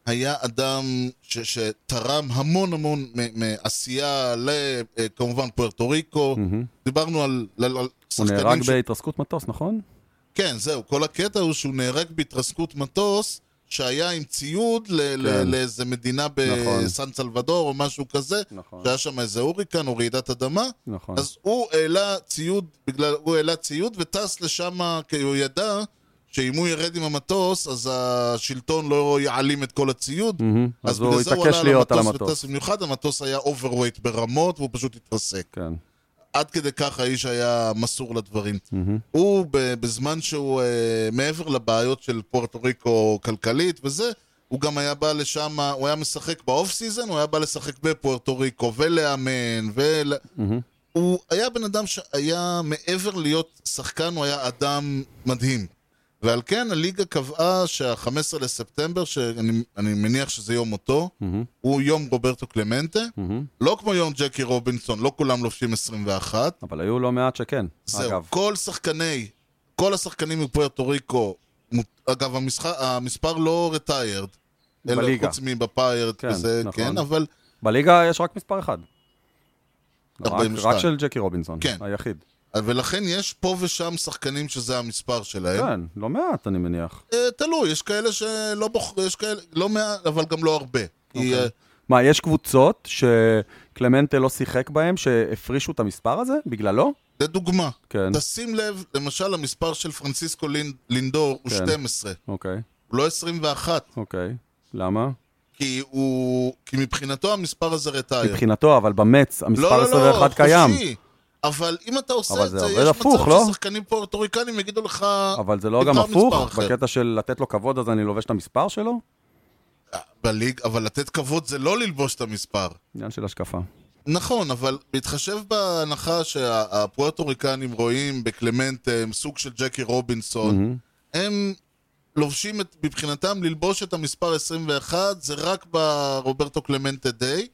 Speaker 1: היה אדם ש, שתרם המון המון מ- מעשייה ל... אה, כמובן פוארטו ריקו. דיברנו על, על, על
Speaker 2: הוא
Speaker 1: שחקנים...
Speaker 2: נהרג
Speaker 1: ש-
Speaker 2: בהתרסקות מטוס, נכון?
Speaker 1: כן, זהו. כל הקטע הוא שהוא נהרג בהתרסקות מטוס, שהיה עם ציוד ל- ל-
Speaker 2: כן.
Speaker 1: לאיזה מדינה
Speaker 2: נכון.
Speaker 1: בסן סלבדור או משהו כזה,
Speaker 2: נכון.
Speaker 1: שהיה שם איזה הוריקן או רעידת אדמה,
Speaker 2: נכון.
Speaker 1: אז הוא העלה ציוד, בגלל, הוא העלה ציוד וטס לשם כי הוא ידע שאם הוא ירד עם המטוס, אז השלטון לא יעלים את כל הציוד.
Speaker 2: מהמם. אז הוא
Speaker 1: בגלל זה
Speaker 2: התעקש
Speaker 1: עלה
Speaker 2: להיות על
Speaker 1: וטס
Speaker 2: המטוס.
Speaker 1: במיוחד, המטוס היה אוברווייט ברמות, והוא פשוט התרסק.
Speaker 2: כן.
Speaker 1: עד כדי כך האיש היה מסור לדברים. הוא, ב- בזמן שהוא, אה, מעבר לבעיות של פוארטו ריקו כלכלית וזה, הוא גם היה בא לשם, הוא היה משחק באוף סיזן, הוא היה בא לשחק בפוארטו ריקו ולאמן, ול... הוא היה בן אדם שהיה, מעבר להיות שחקן, הוא היה אדם מדהים. ועל כן הליגה קבעה שה-15 לספטמבר, שאני אני מניח שזה יום מותו, הוא יום רוברטו קלמנטה, לא כמו יום ג'קי רובינסון, לא כולם לובשים 21.
Speaker 2: אבל היו לא מעט שכן,
Speaker 1: זהו,
Speaker 2: אגב.
Speaker 1: כל שחקני, כל השחקנים מפוארטו ריקו, מות- אגב, המשחק, המספר לא רטיירד. אלא
Speaker 2: בליגה.
Speaker 1: חוץ מבפיירד
Speaker 2: כן,
Speaker 1: וזה,
Speaker 2: נכון.
Speaker 1: כן, אבל
Speaker 2: בליגה יש רק מספר אחד. רק-
Speaker 1: 42.
Speaker 2: רק של ג'קי רובינסון,
Speaker 1: כן.
Speaker 2: היחיד.
Speaker 1: ולכן יש פה ושם שחקנים שזה המספר שלהם.
Speaker 2: כן, לא מעט אני מניח.
Speaker 1: אה, תלוי, יש כאלה שלא בוחרים, יש כאלה, לא מעט, אבל גם לא הרבה. כי,
Speaker 2: אוקיי.
Speaker 1: אה,
Speaker 2: כן. מה, יש קבוצות שקלמנטה לא שיחק בהן, שהפרישו את המספר הזה? בגללו?
Speaker 1: לדוגמה,
Speaker 2: כן.
Speaker 1: תשים לב, למשל המספר של פרנסיסקו לינ- לינדור הוא
Speaker 2: כן.
Speaker 1: 12,
Speaker 2: אוקיי,
Speaker 1: הוא לא 21,
Speaker 2: אוקיי. למה?
Speaker 1: כי הוא, כי מבחינתו המספר הזה רטייר.
Speaker 2: מבחינתו, אבל במץ, המספר 21 קיים.
Speaker 1: לא, חופשי. אבל אם אתה עושה
Speaker 2: אבל
Speaker 1: את
Speaker 2: זה
Speaker 1: זה,
Speaker 2: עובד
Speaker 1: יש
Speaker 2: הפוך,
Speaker 1: מצב
Speaker 2: לא?
Speaker 1: ששחקנים פורטוריקנים יגידו לך...
Speaker 2: אבל זה לא
Speaker 1: תבחר
Speaker 2: גם
Speaker 1: אה, מספר
Speaker 2: הפוך,
Speaker 1: אחר.
Speaker 2: בקטע של לתת לו כבוד אז אני לובש את המספר שלו?
Speaker 1: בליג, אבל לתת כבוד זה לא ללבוש את המספר.
Speaker 2: עניין של השקפה.
Speaker 1: נכון, אבל בהתחשב בהנחה שהפוארטוריקנים רואים בקלמנט אה, סוג של ג'קי רובינסון, הם לובשים את, מבחינתם ללבוש את המספר 21, זה רק ברוברטו קלמנטה דיי,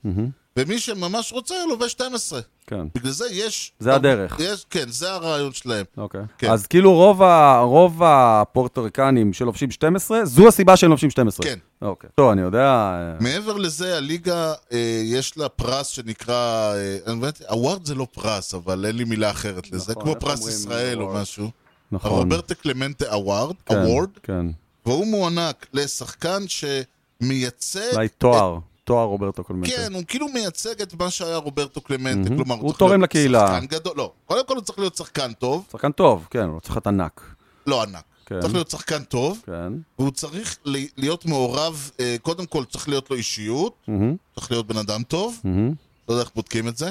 Speaker 1: ומי שממש רוצה לובש 12.
Speaker 2: כן,
Speaker 1: בגלל זה יש...
Speaker 2: זה הדרך.
Speaker 1: יש, כן, זה הרעיון שלהם.
Speaker 2: אוקיי.
Speaker 1: כן.
Speaker 2: אז כאילו רוב ה- רוב הפורטוריקנים שלובשים 12, זו הסיבה שהם לובשים 12.
Speaker 1: כן.
Speaker 2: אוקיי. טוב, אני יודע... אה,
Speaker 1: מעבר לזה, הליגה, אה, יש לה פרס שנקרא... אה, אני באמת, award זה לא פרס, אבל אין לי מילה אחרת לזה,
Speaker 2: נכון,
Speaker 1: כמו
Speaker 2: איך
Speaker 1: פרס
Speaker 2: אומרים
Speaker 1: ישראל או
Speaker 2: award?
Speaker 1: משהו.
Speaker 2: נכון.
Speaker 1: הרוברטה קלמנטה אבורד,
Speaker 2: כן,
Speaker 1: אבורד,
Speaker 2: כן.
Speaker 1: והוא מוענק לשחקן שמייצג...
Speaker 2: אולי תואר, תואר רוברטו קולמנטה.
Speaker 1: כן, הוא כאילו מייצג את מה שהיה רוברטו קלמנטה, כלומר,
Speaker 2: הוא
Speaker 1: צריך
Speaker 2: תורם
Speaker 1: להיות
Speaker 2: לקהילה.
Speaker 1: שחקן גדול, לא, קודם כל הוא צריך להיות שחקן טוב,
Speaker 2: שחקן טוב, כן, הוא לא צריך להיות ענק.
Speaker 1: לא ענק.
Speaker 2: כן.
Speaker 1: צריך להיות שחקן טוב,
Speaker 2: כן.
Speaker 1: והוא צריך ל- להיות מעורב, אה, קודם כל צריך להיות לו אישיות,
Speaker 2: מהמם,
Speaker 1: צריך להיות בן אדם טוב,
Speaker 2: מהמם.
Speaker 1: לא יודע איך בודקים את זה.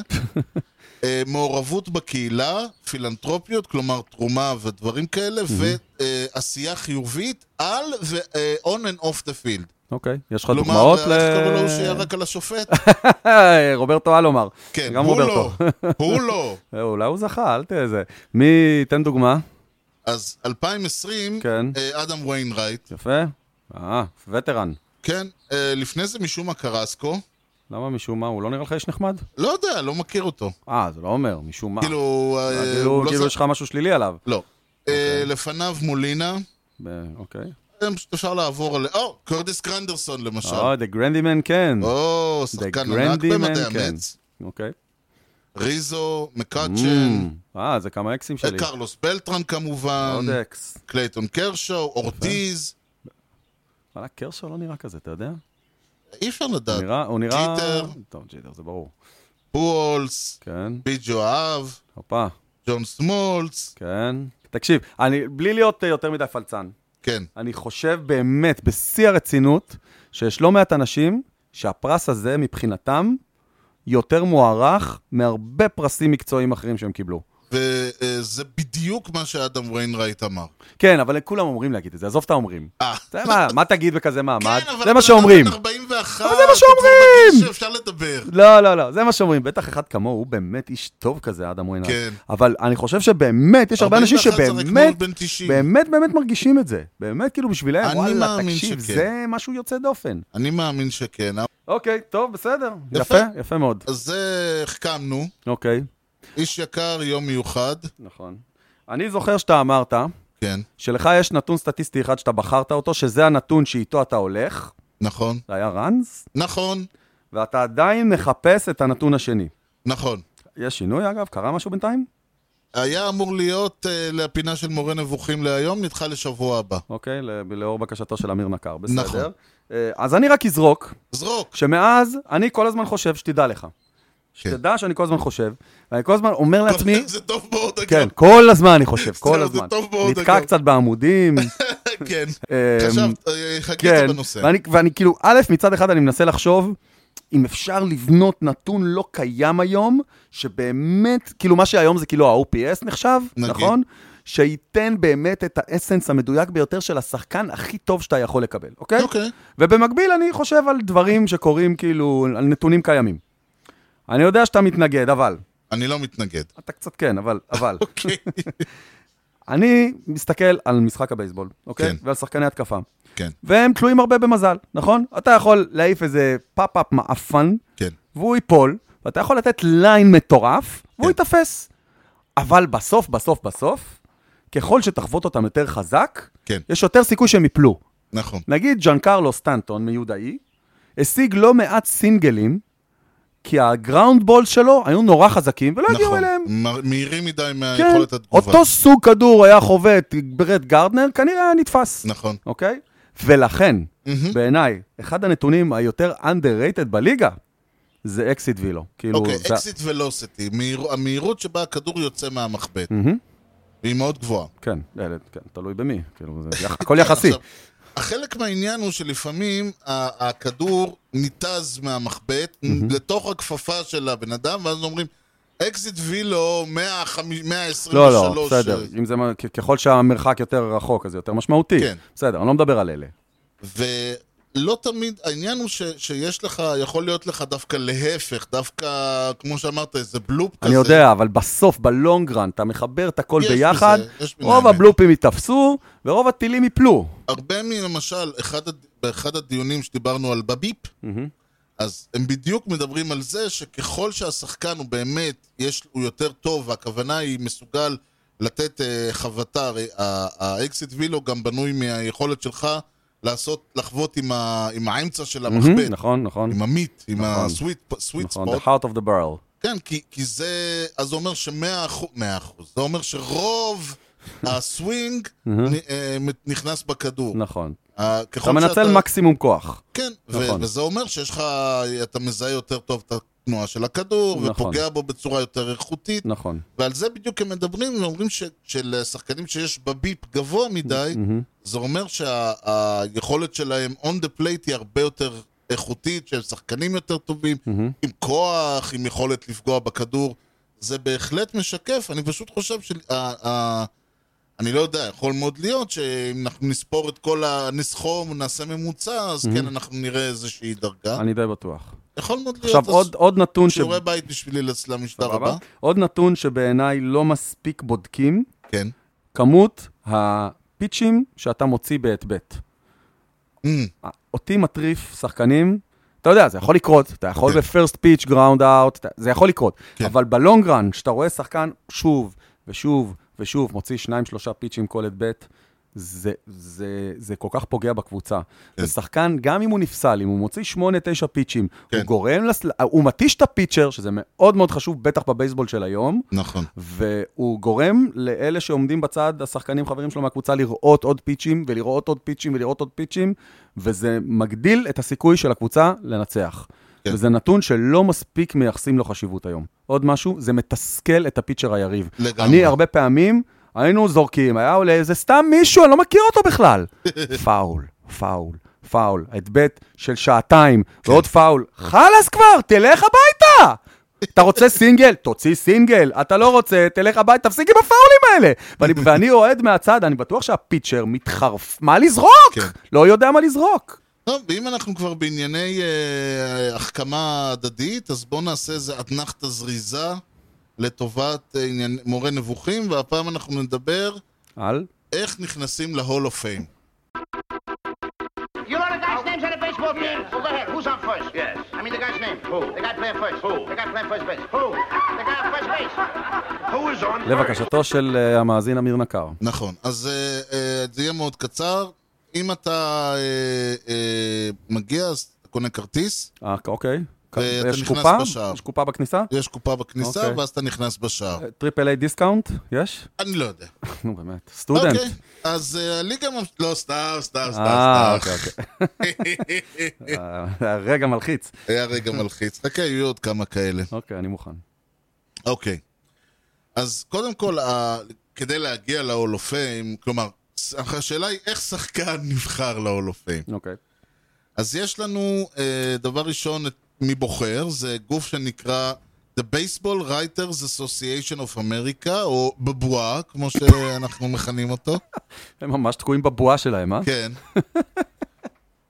Speaker 1: אה, מעורבות בקהילה, פילנטרופיות, כלומר תרומה ודברים כאלה, ועשייה חיובית על ו-on and off the field.
Speaker 2: אוקיי, יש לך
Speaker 1: כלומר, אה,
Speaker 2: דוגמאות
Speaker 1: איך
Speaker 2: ל...
Speaker 1: קראו לו שהיה רק על השופט?
Speaker 2: רוברטו אלומר.
Speaker 1: כן,
Speaker 2: גם
Speaker 1: הוא
Speaker 2: רוברטו.
Speaker 1: לא, הוא לא.
Speaker 2: אה, אולי הוא זכה, אל תהיה זה. מי, תן דוגמה.
Speaker 1: אז 2020,
Speaker 2: כן.
Speaker 1: אה, אדם ויינרייט,
Speaker 2: יפה. אה, וטרן.
Speaker 1: כן, אה, לפני זה משום מה קרסקו,
Speaker 2: למה משום מה, הוא לא נראה לך איש נחמד?
Speaker 1: לא יודע, לא מכיר אותו.
Speaker 2: אה, זה לא אומר, משום מה.
Speaker 1: כאילו, אה,
Speaker 2: אה,
Speaker 1: הוא
Speaker 2: כאילו,
Speaker 1: לא
Speaker 2: כאילו
Speaker 1: זה-
Speaker 2: יש לך משהו שלילי עליו.
Speaker 1: לא.
Speaker 2: אוקיי.
Speaker 1: אה, לפניו מולינה,
Speaker 2: ב- אוקיי.
Speaker 1: אה, פשוט אפשר לעבור על... או, קורדיס גרנדרסון למשל.
Speaker 2: אה, The Grandyman כן.
Speaker 1: או,
Speaker 2: The
Speaker 1: שחקן ענק במדעי
Speaker 2: Grandyman כן.
Speaker 1: המץ.
Speaker 2: אוקיי.
Speaker 1: ריזו, מקאצ'ן,
Speaker 2: אה, זה כמה אקסים שלי.
Speaker 1: קרלוס בלטרן כמובן,
Speaker 2: עוד אקס.
Speaker 1: קלייטון קרשו, אורטיז,
Speaker 2: וואלה, קרשו לא נראה כזה, אתה יודע?
Speaker 1: אי אפשר
Speaker 2: הוא
Speaker 1: לדעת,
Speaker 2: נראה... הוא נראה...
Speaker 1: ג'יטר.
Speaker 2: טוב, ג'יטר, זה ברור.
Speaker 1: פולס,
Speaker 2: כן.
Speaker 1: בי ג'ואב,
Speaker 2: הופה.
Speaker 1: ג'ון סמולס,
Speaker 2: כן. תקשיב, אני, בלי להיות אה, יותר מדי פלצן,
Speaker 1: כן,
Speaker 2: אני חושב באמת, בשיא הרצינות, שיש לא מעט אנשים שהפרס הזה מבחינתם יותר מוערך מהרבה פרסים מקצועיים אחרים שהם קיבלו.
Speaker 1: וזה אה, בדיוק מה שאדם ויינרייט אמר.
Speaker 2: כן, אבל כולם אומרים להגיד את זה, עזוב את האומרים.
Speaker 1: אה.
Speaker 2: זה מה, מה תגיד בכזה מעמד?
Speaker 1: כן, אבל
Speaker 2: זה
Speaker 1: אתה
Speaker 2: מה שאומרים.
Speaker 1: בן 41,
Speaker 2: אבל זה מה
Speaker 1: אתה כבר
Speaker 2: שאומרים!
Speaker 1: בגיל שאפשר לדבר.
Speaker 2: לא, לא, לא, זה מה שאומרים. בטח אחד כמוהו, הוא באמת איש טוב כזה, אדם ווינר.
Speaker 1: כן.
Speaker 2: אבל אני חושב שבאמת, יש הרבה אנשים
Speaker 1: 41 זה רק
Speaker 2: שבאמת,
Speaker 1: מאוד בן 90.
Speaker 2: באמת באמת מרגישים את זה. באמת, כאילו בשבילם,
Speaker 1: אני
Speaker 2: וואלה,
Speaker 1: מאמין
Speaker 2: תקשיב,
Speaker 1: שכן.
Speaker 2: זה משהו יוצא דופן.
Speaker 1: אני מאמין שכן,
Speaker 2: אוקיי, טוב, בסדר.
Speaker 1: יפה.
Speaker 2: יפה, יפה מאוד.
Speaker 1: אז זה החכמנו,
Speaker 2: אוקיי,
Speaker 1: איש יקר, יום מיוחד,
Speaker 2: נכון. אני זוכר שאתה אמרת
Speaker 1: כן,
Speaker 2: שלך יש נתון סטטיסטי אחד שאתה בחרת אותו, שזה הנתון שאיתו אתה הולך,
Speaker 1: נכון,
Speaker 2: זה היה ראנס,
Speaker 1: נכון,
Speaker 2: ואתה עדיין מחפש את הנתון השני.
Speaker 1: נכון.
Speaker 2: יש שינוי, אגב? קרה משהו בינתיים?
Speaker 1: היה אמור להיות אה, לפינה של מורה נבוכים להיום, נדחה לשבוע הבא.
Speaker 2: אוקיי? ל- לאור בקשתו של אמיר נקר, בסדר.
Speaker 1: נכון.
Speaker 2: אה, אז אני רק אזרוק,
Speaker 1: זרוק.
Speaker 2: שמאז אני כל הזמן חושב שתדע לך. שתדע שאני כל הזמן חושב, ואני כל הזמן אומר לעצמי,
Speaker 1: כן. זה טוב מאוד, אגב.
Speaker 2: כן, כל הזמן אני חושב, כל
Speaker 1: זה
Speaker 2: הזמן.
Speaker 1: טוב מאוד,
Speaker 2: נתקע
Speaker 1: אגב.
Speaker 2: קצת בעמודים.
Speaker 1: כן.
Speaker 2: אה,
Speaker 1: חשבת, אה, חכית
Speaker 2: כן,
Speaker 1: בנושא.
Speaker 2: ואני, ואני כאילו, א', מצד אחד אני מנסה לחשוב אם אפשר לבנות נתון לא קיים היום, שבאמת, כאילו מה שהיום זה כאילו ה-OPS נחשב,
Speaker 1: נגיד.
Speaker 2: נכון? שייתן באמת את האסנס המדויק ביותר של השחקן הכי טוב שאתה יכול לקבל, אוקיי?
Speaker 1: אוקיי.
Speaker 2: ובמקביל אני חושב על דברים שקורים כאילו, על נתונים קיימים. אני יודע שאתה מתנגד, אבל,
Speaker 1: אני לא מתנגד.
Speaker 2: אתה קצת כן, אבל, אבל.
Speaker 1: אוקיי.
Speaker 2: אני מסתכל על משחק הבייסבול, אוקיי?
Speaker 1: כן.
Speaker 2: ועל שחקני התקפה.
Speaker 1: כן,
Speaker 2: והם תלויים הרבה במזל, נכון? אתה יכול להעיף איזה פאפ-אפ מעפן,
Speaker 1: כן.
Speaker 2: והוא ייפול, ואתה יכול לתת ליין מטורף, והוא
Speaker 1: כן.
Speaker 2: ייתפס. אבל בסוף, בסוף, בסוף, ככל שתחבוט אותם יותר חזק,
Speaker 1: כן.
Speaker 2: יש יותר סיכוי שהם ייפלו.
Speaker 1: נכון.
Speaker 2: נגיד ג'אן קרלו סטנטון מיודעי, השיג לא מעט סינגלים, כי הגראונד בול שלו היו נורא חזקים ולא הגיעו
Speaker 1: נכון.
Speaker 2: אליהם.
Speaker 1: מ- מהירים מדי
Speaker 2: כן,
Speaker 1: מהיכולת התגובה.
Speaker 2: אותו סוג כדור היה חווה את ברד גרדנר, כנראה היה נתפס.
Speaker 1: נכון.
Speaker 2: אוקיי? ולכן, בעיניי, אחד הנתונים היותר underrated בליגה, זה אקסיט וילו. כאילו,
Speaker 1: אוקיי,
Speaker 2: זה-
Speaker 1: אקזיט ולוסיטי, המהירות שבה הכדור יוצא מהמחבט,
Speaker 2: מהמם.
Speaker 1: והיא מאוד גבוהה.
Speaker 2: כן, אלה- כן, תלוי במי, כאילו, זה- הכל יחסי.
Speaker 1: עכשיו, החלק מהעניין הוא שלפעמים ה- הכדור ניתז מהמחבט לתוך הכפפה של הבן אדם, ואז אומרים, אקזיט וילו 123.
Speaker 2: לא, לא, בסדר. אם זה, מה- כ- ככל שהמרחק יותר רחוק, אז זה יותר משמעותי.
Speaker 1: אה, כן.
Speaker 2: בסדר, אני לא מדבר על אלה.
Speaker 1: ולא תמיד, העניין הוא ש, שיש לך, יכול להיות לך דווקא להפך, דווקא, כמו שאמרת, איזה בלופ כזה.
Speaker 2: אני יודע, אבל בסוף, בלונגרן, אתה מחבר את הכל
Speaker 1: אה, יש
Speaker 2: ביחד,
Speaker 1: בזה, יש מן
Speaker 2: רוב
Speaker 1: האמת.
Speaker 2: הבלופים ייתפסו, ורוב הטילים ייפלו.
Speaker 1: הרבה מלמשל, אחד, הד- באחד הדיונים שדיברנו על בביפ, אז הם בדיוק מדברים על זה שככל שהשחקן הוא באמת, יש, הוא יותר טוב, והכוונה היא מסוגל לתת אה, חבטה, הרי ה- האקסיט וילו גם בנוי מהיכולת שלך לעשות, לחוות עם, ה, עם האמצע של המחבט,
Speaker 2: נכון, נכון.
Speaker 1: עם המיט, עם
Speaker 2: נכון.
Speaker 1: הסוויט סוויט
Speaker 2: נכון,
Speaker 1: ספוט.
Speaker 2: the heart of the barrel.
Speaker 1: כן, כי, כי זה... אז זה אומר שמאה אחוז... מאה אחוז. זה אומר שרוב הסווינג נ- אה, נכנס בכדור.
Speaker 2: נכון.
Speaker 1: אה,
Speaker 2: אתה
Speaker 1: ככל
Speaker 2: מנצל מקסימום כוח.
Speaker 1: כן,
Speaker 2: נכון.
Speaker 1: ו- וזה אומר שיש לך... אתה מזהה יותר טוב את התנועה של הכדור,
Speaker 2: נכון.
Speaker 1: ופוגע בו בצורה יותר איכותית,
Speaker 2: נכון.
Speaker 1: ועל זה בדיוק הם מדברים, ואומרים ש- שלשחקנים שיש בביפ גבוה מדי, זה אומר שהיכולת שלהם on the plate היא הרבה יותר איכותית, שהם שחקנים יותר טובים, עם כוח, עם יכולת לפגוע בכדור. זה בהחלט משקף, אני פשוט חושב ש... אני לא יודע, יכול מאוד להיות שאם אנחנו נספור את כל הנסכום, נעשה ממוצע, אז כן, אנחנו נראה איזושהי דרגה.
Speaker 2: אני די בטוח.
Speaker 1: יכול מאוד להיות.
Speaker 2: עכשיו,
Speaker 1: אז
Speaker 2: עוד- עוד נתון ש...
Speaker 1: שיעורי בית בשבילי לצ- למשטר
Speaker 2: סבבה?
Speaker 1: הבא.
Speaker 2: עוד נתון שבעיניי לא מספיק בודקים,
Speaker 1: כן.
Speaker 2: כמות הפיצ'ים שאתה מוציא בעת בית.
Speaker 1: אמ,
Speaker 2: אותי מטריף שחקנים, אתה יודע, זה יכול לקרות, אתה יכול
Speaker 1: כן.
Speaker 2: בפרסט פיץ', גראונד אאוט, זה יכול לקרות.
Speaker 1: כן.
Speaker 2: אבל בלונג רן, כשאתה רואה שחקן שוב ושוב ושוב מוציא שניים, שלושה פיצ'ים כל עת בית, זה, זה, זה כל כך פוגע בקבוצה.
Speaker 1: כן.
Speaker 2: כן. שחקן, גם אם הוא נפסל, אם הוא מוציא שמונה, תשע פיצ'ים,
Speaker 1: כן.
Speaker 2: הוא גורם, לסל... הוא מתיש את הפיצ'ר, שזה מאוד מאוד חשוב, בטח בבייסבול של היום,
Speaker 1: נכון.
Speaker 2: והוא גורם לאלה שעומדים בצד, השחקנים, חברים שלו מהקבוצה, לראות עוד פיצ'ים, ולראות עוד פיצ'ים, ולראות עוד פיצ'ים, וזה מגדיל את הסיכוי של הקבוצה לנצח.
Speaker 1: כן.
Speaker 2: כן. וזה נתון שלא מספיק מייחסים לו חשיבות היום. עוד משהו, זה מתסכל את הפיצ'ר היריב.
Speaker 1: לגמרי.
Speaker 2: אני הרבה פעמים, היינו זורקים, היה עולה איזה סתם מישהו, אני לא מכיר אותו בכלל. פאול, פאול, פאול, את בית של שעתיים, ועוד פאול. חלאס כבר, תלך הביתה! אתה רוצה סינגל? תוציא סינגל. אתה לא רוצה, תלך הביתה, תפסיק עם הפאולים האלה. ואני, ואני אוהד מהצד, אני בטוח שהפיצ'ר מתחרף. מה לזרוק?
Speaker 1: כן.
Speaker 2: לא יודע מה לזרוק.
Speaker 1: טוב, ואם אנחנו כבר בענייני אה, החכמה הדדית, אז בואו נעשה איזה אתנחתא זריזה לטובת אה, עניין, מורה נבוכים, והפעם אנחנו נדבר
Speaker 2: על?
Speaker 1: איך נכנסים להול אוף פיים.
Speaker 6: You know the guy's names on the baseball team? Well, go ahead. Who's on first? Yes. I mean the guy's name. Who? The guy playing first. Who? The guy playing first base. Who? The guy on first base.
Speaker 5: Who is on
Speaker 2: לבקשתו של אה, המאזין אמיר נקר.
Speaker 1: נכון, אז אה, אה, זה יהיה מאוד קצר. אם אתה אה, אה, מגיע, אז אתה קונה כרטיס,
Speaker 2: אה, אוקיי.
Speaker 1: ואתה
Speaker 2: יש
Speaker 1: נכנס
Speaker 2: קופה?
Speaker 1: בשער.
Speaker 2: יש קופה בכניסה?
Speaker 1: יש קופה בכניסה,
Speaker 2: אוקיי. אה,
Speaker 1: ואז אתה נכנס בשער.
Speaker 2: טריפל איי דיסקאונט? יש?
Speaker 1: אני לא יודע.
Speaker 2: נו באמת. סטודנט.
Speaker 1: אוקיי, אז אה, הליגה... ממש- לא, סתם, סתם,
Speaker 2: אה,
Speaker 1: סתם,
Speaker 2: אוקיי,
Speaker 1: סתם.
Speaker 2: אוקיי. אה, זה היה רגע מלחיץ.
Speaker 1: היה רגע מלחיץ. חכה, יהיו עוד כמה כאלה.
Speaker 2: אוקיי, אני מוכן.
Speaker 1: אוקיי. אז קודם כל, ה- כדי להגיע להול אוף פיים, כלומר, ס- השאלה היא איך שחקן נבחר להול אוף פיים.
Speaker 2: אוקיי.
Speaker 1: אז יש לנו, אה, דבר ראשון, את מי בוחר, זה גוף שנקרא The Baseball Writers Association of America, או בבועה, כמו שאנחנו מכנים אותו.
Speaker 2: הם ממש תקועים בבועה שלהם, אה?
Speaker 1: כן.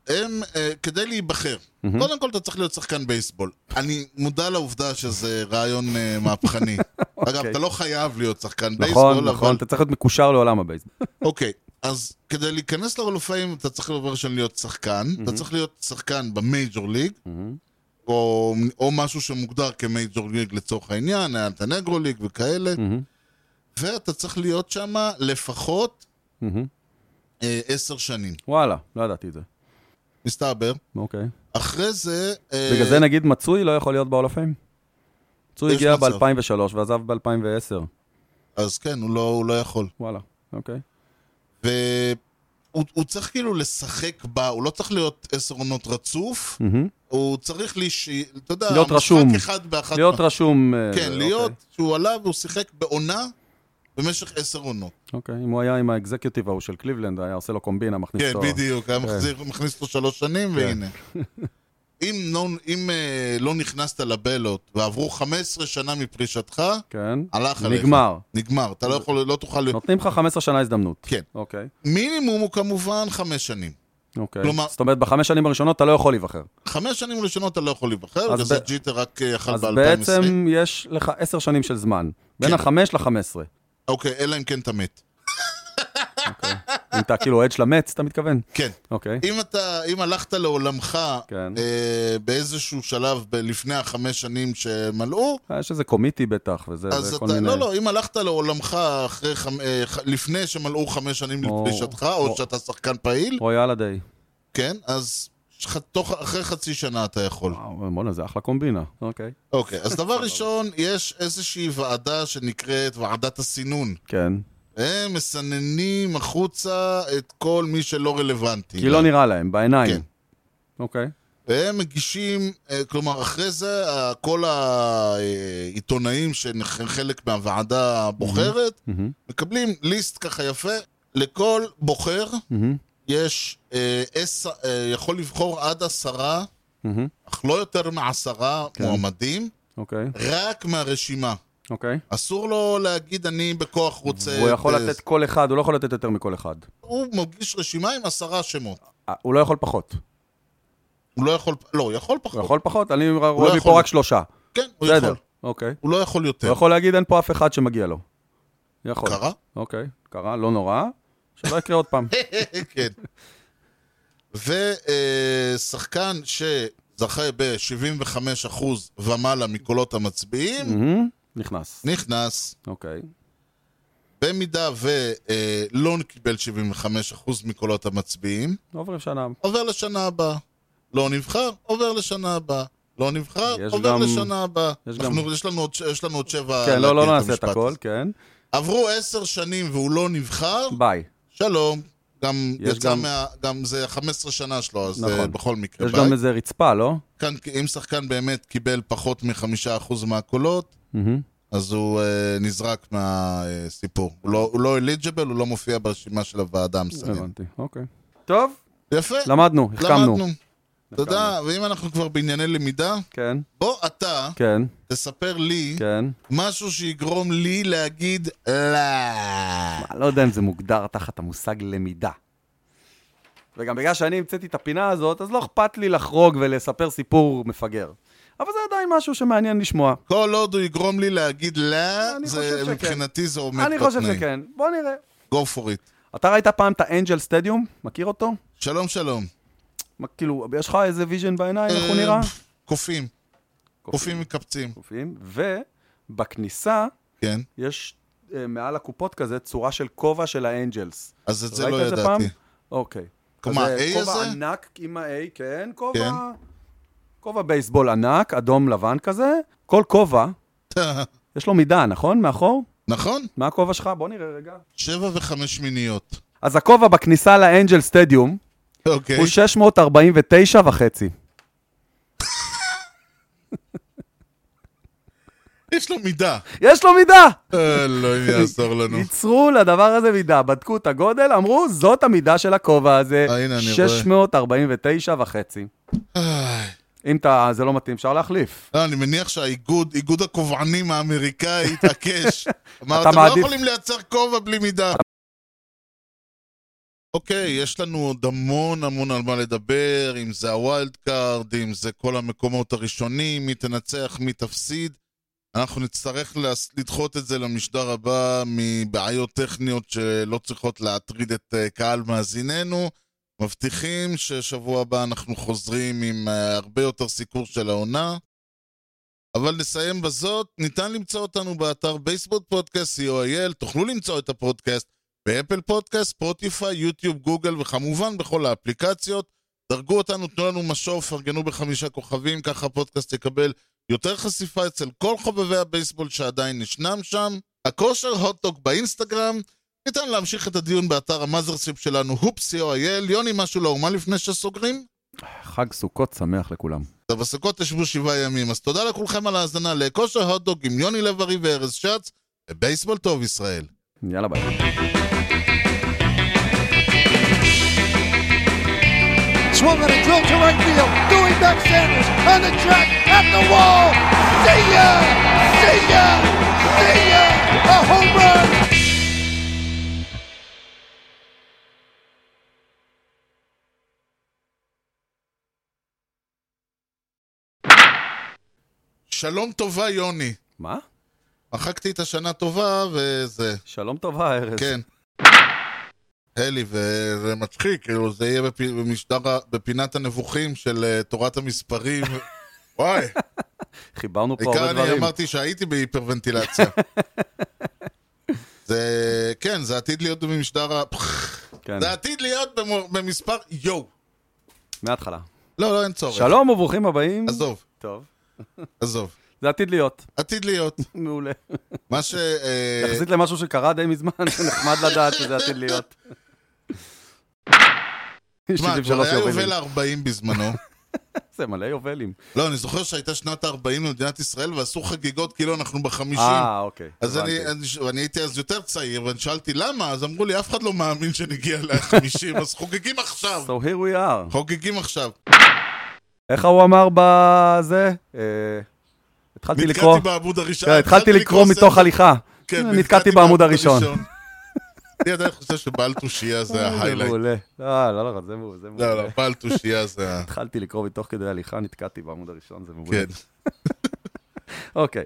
Speaker 1: הם, אה, כדי להיבחר, קודם כל אתה צריך להיות שחקן בייסבול. אני מודע לעובדה שזה רעיון אה, מהפכני. אגב,
Speaker 2: אוקיי.
Speaker 1: אתה לא חייב להיות שחקן
Speaker 2: נכון,
Speaker 1: בייסבול,
Speaker 2: נכון,
Speaker 1: אבל...
Speaker 2: אתה צריך להיות מקושר לעולם הבייסבול.
Speaker 1: אוקיי, אז כדי להיכנס לאולופאים, אתה צריך לדבר ראשון להיות שחקן. אתה צריך להיות שחקן במייג'ור ליג, או או משהו שמוגדר כמייג'ור ליג לצורך העניין, היה את הנגרו ליג וכאלה, ואתה צריך להיות שם לפחות
Speaker 2: מהמם.
Speaker 1: אה, עשר שנים,
Speaker 2: וואלה, לא ידעתי את זה.
Speaker 1: מסתבר.
Speaker 2: אוקיי.
Speaker 1: אחרי זה... אה,
Speaker 2: בגלל זה נגיד מצוי לא יכול להיות באולפים? מצוי
Speaker 1: יש
Speaker 2: הגיע
Speaker 1: מצב.
Speaker 2: ב-2003 ועזב ב-2010.
Speaker 1: אז כן, הוא לא, הוא לא יכול.
Speaker 2: וואלה, אוקיי.
Speaker 1: והוא הוא צריך כאילו לשחק בה, הוא לא צריך להיות עשר עונות רצוף,
Speaker 2: מהמם.
Speaker 1: הוא צריך להיש... אתה יודע,
Speaker 2: להיות
Speaker 1: המשחק
Speaker 2: רשום.
Speaker 1: אחד באחת...
Speaker 2: להיות רשום... אה,
Speaker 1: כן,
Speaker 2: אוקיי.
Speaker 1: להיות שהוא עלה והוא שיחק בעונה במשך עשר עונות.
Speaker 2: אוקיי, אם הוא היה עם האקזקיוטיב ההוא של קליבלנד, היה עושה לו קומבינה, מכניס
Speaker 1: כן,
Speaker 2: אותו.
Speaker 1: בדיוק, היה מחזיר- מכניס אותו שלוש
Speaker 2: כן.
Speaker 1: שנים, והנה. אם לא- אם אה, לא נכנסת לבלות ועברו 15 שנה מפרישתך,
Speaker 2: כן.
Speaker 1: הלך עליך.
Speaker 2: נגמר. אוקיי.
Speaker 1: נגמר. אתה לא יכול, לא תוכל... להיות-
Speaker 2: נותנים לך 15 שנה הזדמנות.
Speaker 1: כן.
Speaker 2: אוקיי,
Speaker 1: מינימום הוא כמובן חמש שנים.
Speaker 2: אוקיי.
Speaker 1: כלומר-
Speaker 2: זאת אומרת, בחמש שנים הראשונות אתה לא יכול להיבחר.
Speaker 1: חמש שנים ראשונות אתה לא יכול להיבחר,
Speaker 2: אז
Speaker 1: וזה
Speaker 2: ב-
Speaker 1: ג'יטר רק אה, יכל
Speaker 2: אז
Speaker 1: ב-2020.
Speaker 2: בעצם יש לך עשר שנים של זמן. בין
Speaker 1: כן.
Speaker 2: החמש לחמש עשרה.
Speaker 1: אוקיי, אלא אם כן אתה מת.
Speaker 2: אם אתה כאילו עד של המץ, אתה מתכוון?
Speaker 1: כן.
Speaker 2: אוקיי.
Speaker 1: אם אתה, אם הלכת לעולמך
Speaker 2: כן.
Speaker 1: אה, באיזשהו שלב ב- לפני החמש שנים שמלאו,
Speaker 2: אה, יש איזה קומיטי בטח, וזה
Speaker 1: אז
Speaker 2: זה
Speaker 1: אתה,
Speaker 2: כל מיני...
Speaker 1: לא, לא, אם הלכת לעולמך אחרי חמ... אה, ח... לפני שמלאו חמש שנים
Speaker 2: או-
Speaker 1: לפרישתך, או
Speaker 2: או-
Speaker 1: שאתה שחקן פעיל,
Speaker 2: רוי אללה דיי.
Speaker 1: כן, אז ח... תוך... אחרי חצי שנה אתה יכול.
Speaker 2: וואו, בואנה, זה אחלה קומבינה. אוקיי.
Speaker 1: אוקיי, אז דבר ראשון, יש איזושהי ועדה שנקראת ועדת הסינון.
Speaker 2: כן.
Speaker 1: הם מסננים החוצה את כל מי שלא רלוונטי.
Speaker 2: כי לא נראה להם, בעיניים.
Speaker 1: כן.
Speaker 2: אוקיי.
Speaker 1: והם מגישים, אה, כלומר, אחרי זה ה- כל העיתונאים שהם חלק מהוועדה הבוחרת,
Speaker 2: מהמם.
Speaker 1: מקבלים ליסט ככה יפה, לכל בוחר
Speaker 2: מהמם.
Speaker 1: יש, אה, עשר- אה, יכול לבחור עד עשרה,
Speaker 2: מהמם.
Speaker 1: אך לא יותר מעשרה
Speaker 2: כן.
Speaker 1: מועמדים,
Speaker 2: אוקיי.
Speaker 1: רק מהרשימה.
Speaker 2: אוקיי.
Speaker 1: אסור לו להגיד אני בכוח רוצה...
Speaker 2: הוא
Speaker 1: את,
Speaker 2: יכול
Speaker 1: אה,
Speaker 2: לתת כל אחד, הוא לא יכול לתת יותר מכל אחד.
Speaker 1: הוא מגיש רשימה עם עשרה שמות.
Speaker 2: אה, הוא לא יכול פחות.
Speaker 1: הוא לא יכול... לא, הוא יכול
Speaker 2: הוא
Speaker 1: פחות.
Speaker 2: יכול פחות, אני רואה
Speaker 1: לא יכול.
Speaker 2: מפה רק שלושה.
Speaker 1: כן, הוא
Speaker 2: בסדר.
Speaker 1: יכול.
Speaker 2: אוקיי.
Speaker 1: הוא לא יכול יותר.
Speaker 2: הוא יכול להגיד אין פה אף אחד שמגיע לו. יכול.
Speaker 1: קרה?
Speaker 2: אוקיי. קרה, לא נורא. שלא יקרה עוד פעם.
Speaker 1: כן. ושחקן שזכה ב-75% ומעלה מקולות המצביעים,
Speaker 2: מהמם. נכנס.
Speaker 1: נכנס.
Speaker 2: אוקיי.
Speaker 1: במידה ולא קיבל 75% מקולות המצביעים,
Speaker 2: עוברים שנה.
Speaker 1: עובר לשנה הבאה. לא נבחר, עובר לשנה הבאה. לא נבחר,
Speaker 2: יש
Speaker 1: עובר
Speaker 2: גם-
Speaker 1: לשנה הבאה.
Speaker 2: יש
Speaker 1: אנחנו-
Speaker 2: גם-
Speaker 1: יש לנו עוד ש- יש לנו עוד שבע...
Speaker 2: כן, לא,
Speaker 1: להגיד
Speaker 2: לא
Speaker 1: את
Speaker 2: נעשה את
Speaker 1: המשפט
Speaker 2: הכל,
Speaker 1: הזה.
Speaker 2: כן.
Speaker 1: עברו עשר שנים והוא לא נבחר,
Speaker 2: ביי.
Speaker 1: שלום. גם
Speaker 2: יש
Speaker 1: יצא
Speaker 2: גם-
Speaker 1: מה... גם זה 15 שנה שלו, אז
Speaker 2: נכון.
Speaker 1: אה, בכל מקרה.
Speaker 2: יש
Speaker 1: ביי.
Speaker 2: גם איזה רצפה, לא?
Speaker 1: כאן, אם שחקן באמת קיבל פחות מחמישה אחוז מהקולות,
Speaker 2: מהמם.
Speaker 1: אז הוא אה, נזרק מהסיפור. הוא לא- הוא לא אליג'בל, הוא לא מופיע ברשימה של הוועדה המסננת.
Speaker 2: הבנתי, אוקיי. טוב,
Speaker 1: יפה,
Speaker 2: למדנו, החכמנו.
Speaker 1: למדנו. תודה, ואם אנחנו כבר בענייני למידה,
Speaker 2: כן,
Speaker 1: בוא אתה
Speaker 2: כן,
Speaker 1: תספר לי
Speaker 2: כן.
Speaker 1: משהו שיגרום לי להגיד לא.
Speaker 2: אני לא יודע אם זה מוגדר תחת המושג למידה. וגם בגלל שאני המצאתי את הפינה הזאת, אז לא אכפת לי לחרוג ולספר סיפור מפגר. אבל זה עדיין משהו שמעניין לשמוע.
Speaker 1: כל עוד הוא יגרום לי להגיד לא,
Speaker 2: אני
Speaker 1: זה-
Speaker 2: חושב שכן.
Speaker 1: מבחינתי זה עומד
Speaker 2: אני חושב
Speaker 1: בתנאים.
Speaker 2: שכן, בוא נראה.
Speaker 1: Go for it.
Speaker 2: אתה ראית פעם את האנג'ל סטדיום? מכיר אותו?
Speaker 1: שלום, שלום.
Speaker 2: מה, כאילו, יש לך איזה ויז'ן בעיניים, איך הוא
Speaker 1: אה,
Speaker 2: נראה?
Speaker 1: קופים, קופים מקפצים,
Speaker 2: קופים. ובכניסה
Speaker 1: כן.
Speaker 2: יש אה, מעל הקופות כזה צורה של כובע של האנג'לס.
Speaker 1: אז את זה
Speaker 2: ראית
Speaker 1: לא
Speaker 2: את זה פעם?
Speaker 1: ידעתי.
Speaker 2: אוקיי.
Speaker 1: כמה,
Speaker 2: כזה
Speaker 1: ה-A
Speaker 2: כובע
Speaker 1: הזה?
Speaker 2: ענק עם ה-A, כן, כובע...
Speaker 1: כן.
Speaker 2: כובע בייסבול ענק, אדום לבן כזה. כל כובע, יש לו מידה, נכון? מאחור?
Speaker 1: נכון?
Speaker 2: מה הכובע שלך? בוא נראה רגע.
Speaker 1: שבע וחמש מיניות.
Speaker 2: אז הכובע בכניסה לאנג'ל סטדיום
Speaker 1: אוקיי.
Speaker 2: הוא 649 וחצי.
Speaker 1: יש לו מידה.
Speaker 2: יש לו מידה!
Speaker 1: אה, אלוהים יעזור לנו.
Speaker 2: ייצרו לדבר הזה מידה, בדקו את הגודל, אמרו, זאת המידה של הכובע הזה.
Speaker 1: אה, הנה, אני רואה.
Speaker 2: 649 וחצי.
Speaker 1: איי.
Speaker 2: אם אתה, זה לא מתאים, אפשר להחליף.
Speaker 1: לא, אני מניח שהאיגוד, איגוד הכובענים האמריקאי התעקש. אמר,
Speaker 2: אתה
Speaker 1: אתם לא
Speaker 2: מעדיף-
Speaker 1: יכולים לייצר כובע בלי מידה. אוקיי, יש לנו עוד המון המון על מה לדבר, אם זה הווילד קארד, אם זה כל המקומות הראשונים, מי תנצח, מי תפסיד. אנחנו נצטרך להס- לדחות את זה למשדר הבא מבעיות טכניות שלא צריכות להטריד את אה, קהל מאזיננו. מבטיחים ששבוע הבא אנחנו חוזרים עם אה, הרבה יותר סיקור של העונה. אבל נסיים בזאת, ניתן למצוא אותנו באתר בייסבוד פודקאסט, co.il, תוכלו למצוא את הפודקאסט באפל פודקאסט, ספוטיפיי, יוטיוב, גוגל, וכמובן בכל האפליקציות. דרגו אותנו, תנו לנו משוב, פרגנו בחמישה כוכבים, ככה הפודקאסט יקבל יותר חשיפה אצל כל חובבי הבייסבול שעדיין ישנם שם. הכושר הוטדוק באינסטגרם. ניתן להמשיך את הדיון באתר המאזרסיפ שלנו, הופס, co.il. יוני, משהו לאומה לפני שסוגרים?
Speaker 2: חג סוכות שמח לכולם.
Speaker 1: טוב, הסוכות תשבו שבעה ימים, אז תודה לכולכם על ההאזנה לכושר הוטדוג עם יוני לב-ארי וארז שץ, ובייסבול טוב ישראל.
Speaker 2: יאללה ביי.
Speaker 7: Swung on a drill to right field. Dewey back Sanders on the track at the wall. See ya! See ya! See ya! A home run!
Speaker 1: שלום טובה, יוני.
Speaker 2: מה?
Speaker 1: מחקתי את השנה טובה, וזה,
Speaker 2: שלום טובה, ארז.
Speaker 1: כן. אלי, וזה מצחיק, כאילו, זה יהיה בפ... במשדר, ה- בפינת הנבוכים של אה, תורת המספרים. וואי,
Speaker 2: חיברנו פה
Speaker 1: בעיקר
Speaker 2: הרבה
Speaker 1: אני
Speaker 2: דברים.
Speaker 1: אמרתי שהייתי בהיפרוונטילציה. זה, כן, זה עתיד להיות במשדר ה...
Speaker 2: כן,
Speaker 1: זה עתיד להיות במו- במספר... יואו.
Speaker 2: מההתחלה.
Speaker 1: לא, לא, אין צורך.
Speaker 2: שלום וברוכים הבאים.
Speaker 1: עזוב,
Speaker 2: טוב.
Speaker 1: עזוב.
Speaker 2: זה עתיד להיות.
Speaker 1: עתיד להיות.
Speaker 2: מעולה.
Speaker 1: מה ש... אה,
Speaker 2: יחסית למשהו שקרה די מזמן, זה נחמד לדעת שזה עתיד להיות.
Speaker 1: תשמע, כבר היה יובל ה-40 בזמנו.
Speaker 2: זה מלא יובלים.
Speaker 1: לא, אני זוכר שהייתה שנת ה-40 למדינת ישראל ועשו חגיגות כאילו אנחנו ב-50.
Speaker 2: אה, אוקיי.
Speaker 1: אז אני,
Speaker 2: הבנתי.
Speaker 1: אני, ש- ואני הייתי אז יותר צעיר, ואני שאלתי למה, אז אמרו לי, אף אחד לא מאמין שנגיע ל-50, אז חוגגים עכשיו.
Speaker 2: So here we are.
Speaker 1: חוגגים עכשיו.
Speaker 2: איך הוא אמר בזה? אה, התחלתי לקרוא.
Speaker 1: נתקעתי בעמוד הראשון.
Speaker 2: כן, התחלתי לקרוא מתוך
Speaker 1: ספר.
Speaker 2: הליכה. אה,
Speaker 1: כן,
Speaker 2: נתקעתי בעמוד הראשון. אה,
Speaker 1: אני עדיין חושב שבעל תושייה זה ההיילייט.
Speaker 2: מעולה. לא, לא, לא, זה מעולה. זה
Speaker 1: לא,
Speaker 2: מעולה.
Speaker 1: לא, בעל תושייה זה ה...
Speaker 2: התחלתי לקרוא מתוך כדי הליכה, נתקעתי בעמוד הראשון, זה מעולה.
Speaker 1: כן.
Speaker 2: אוקיי.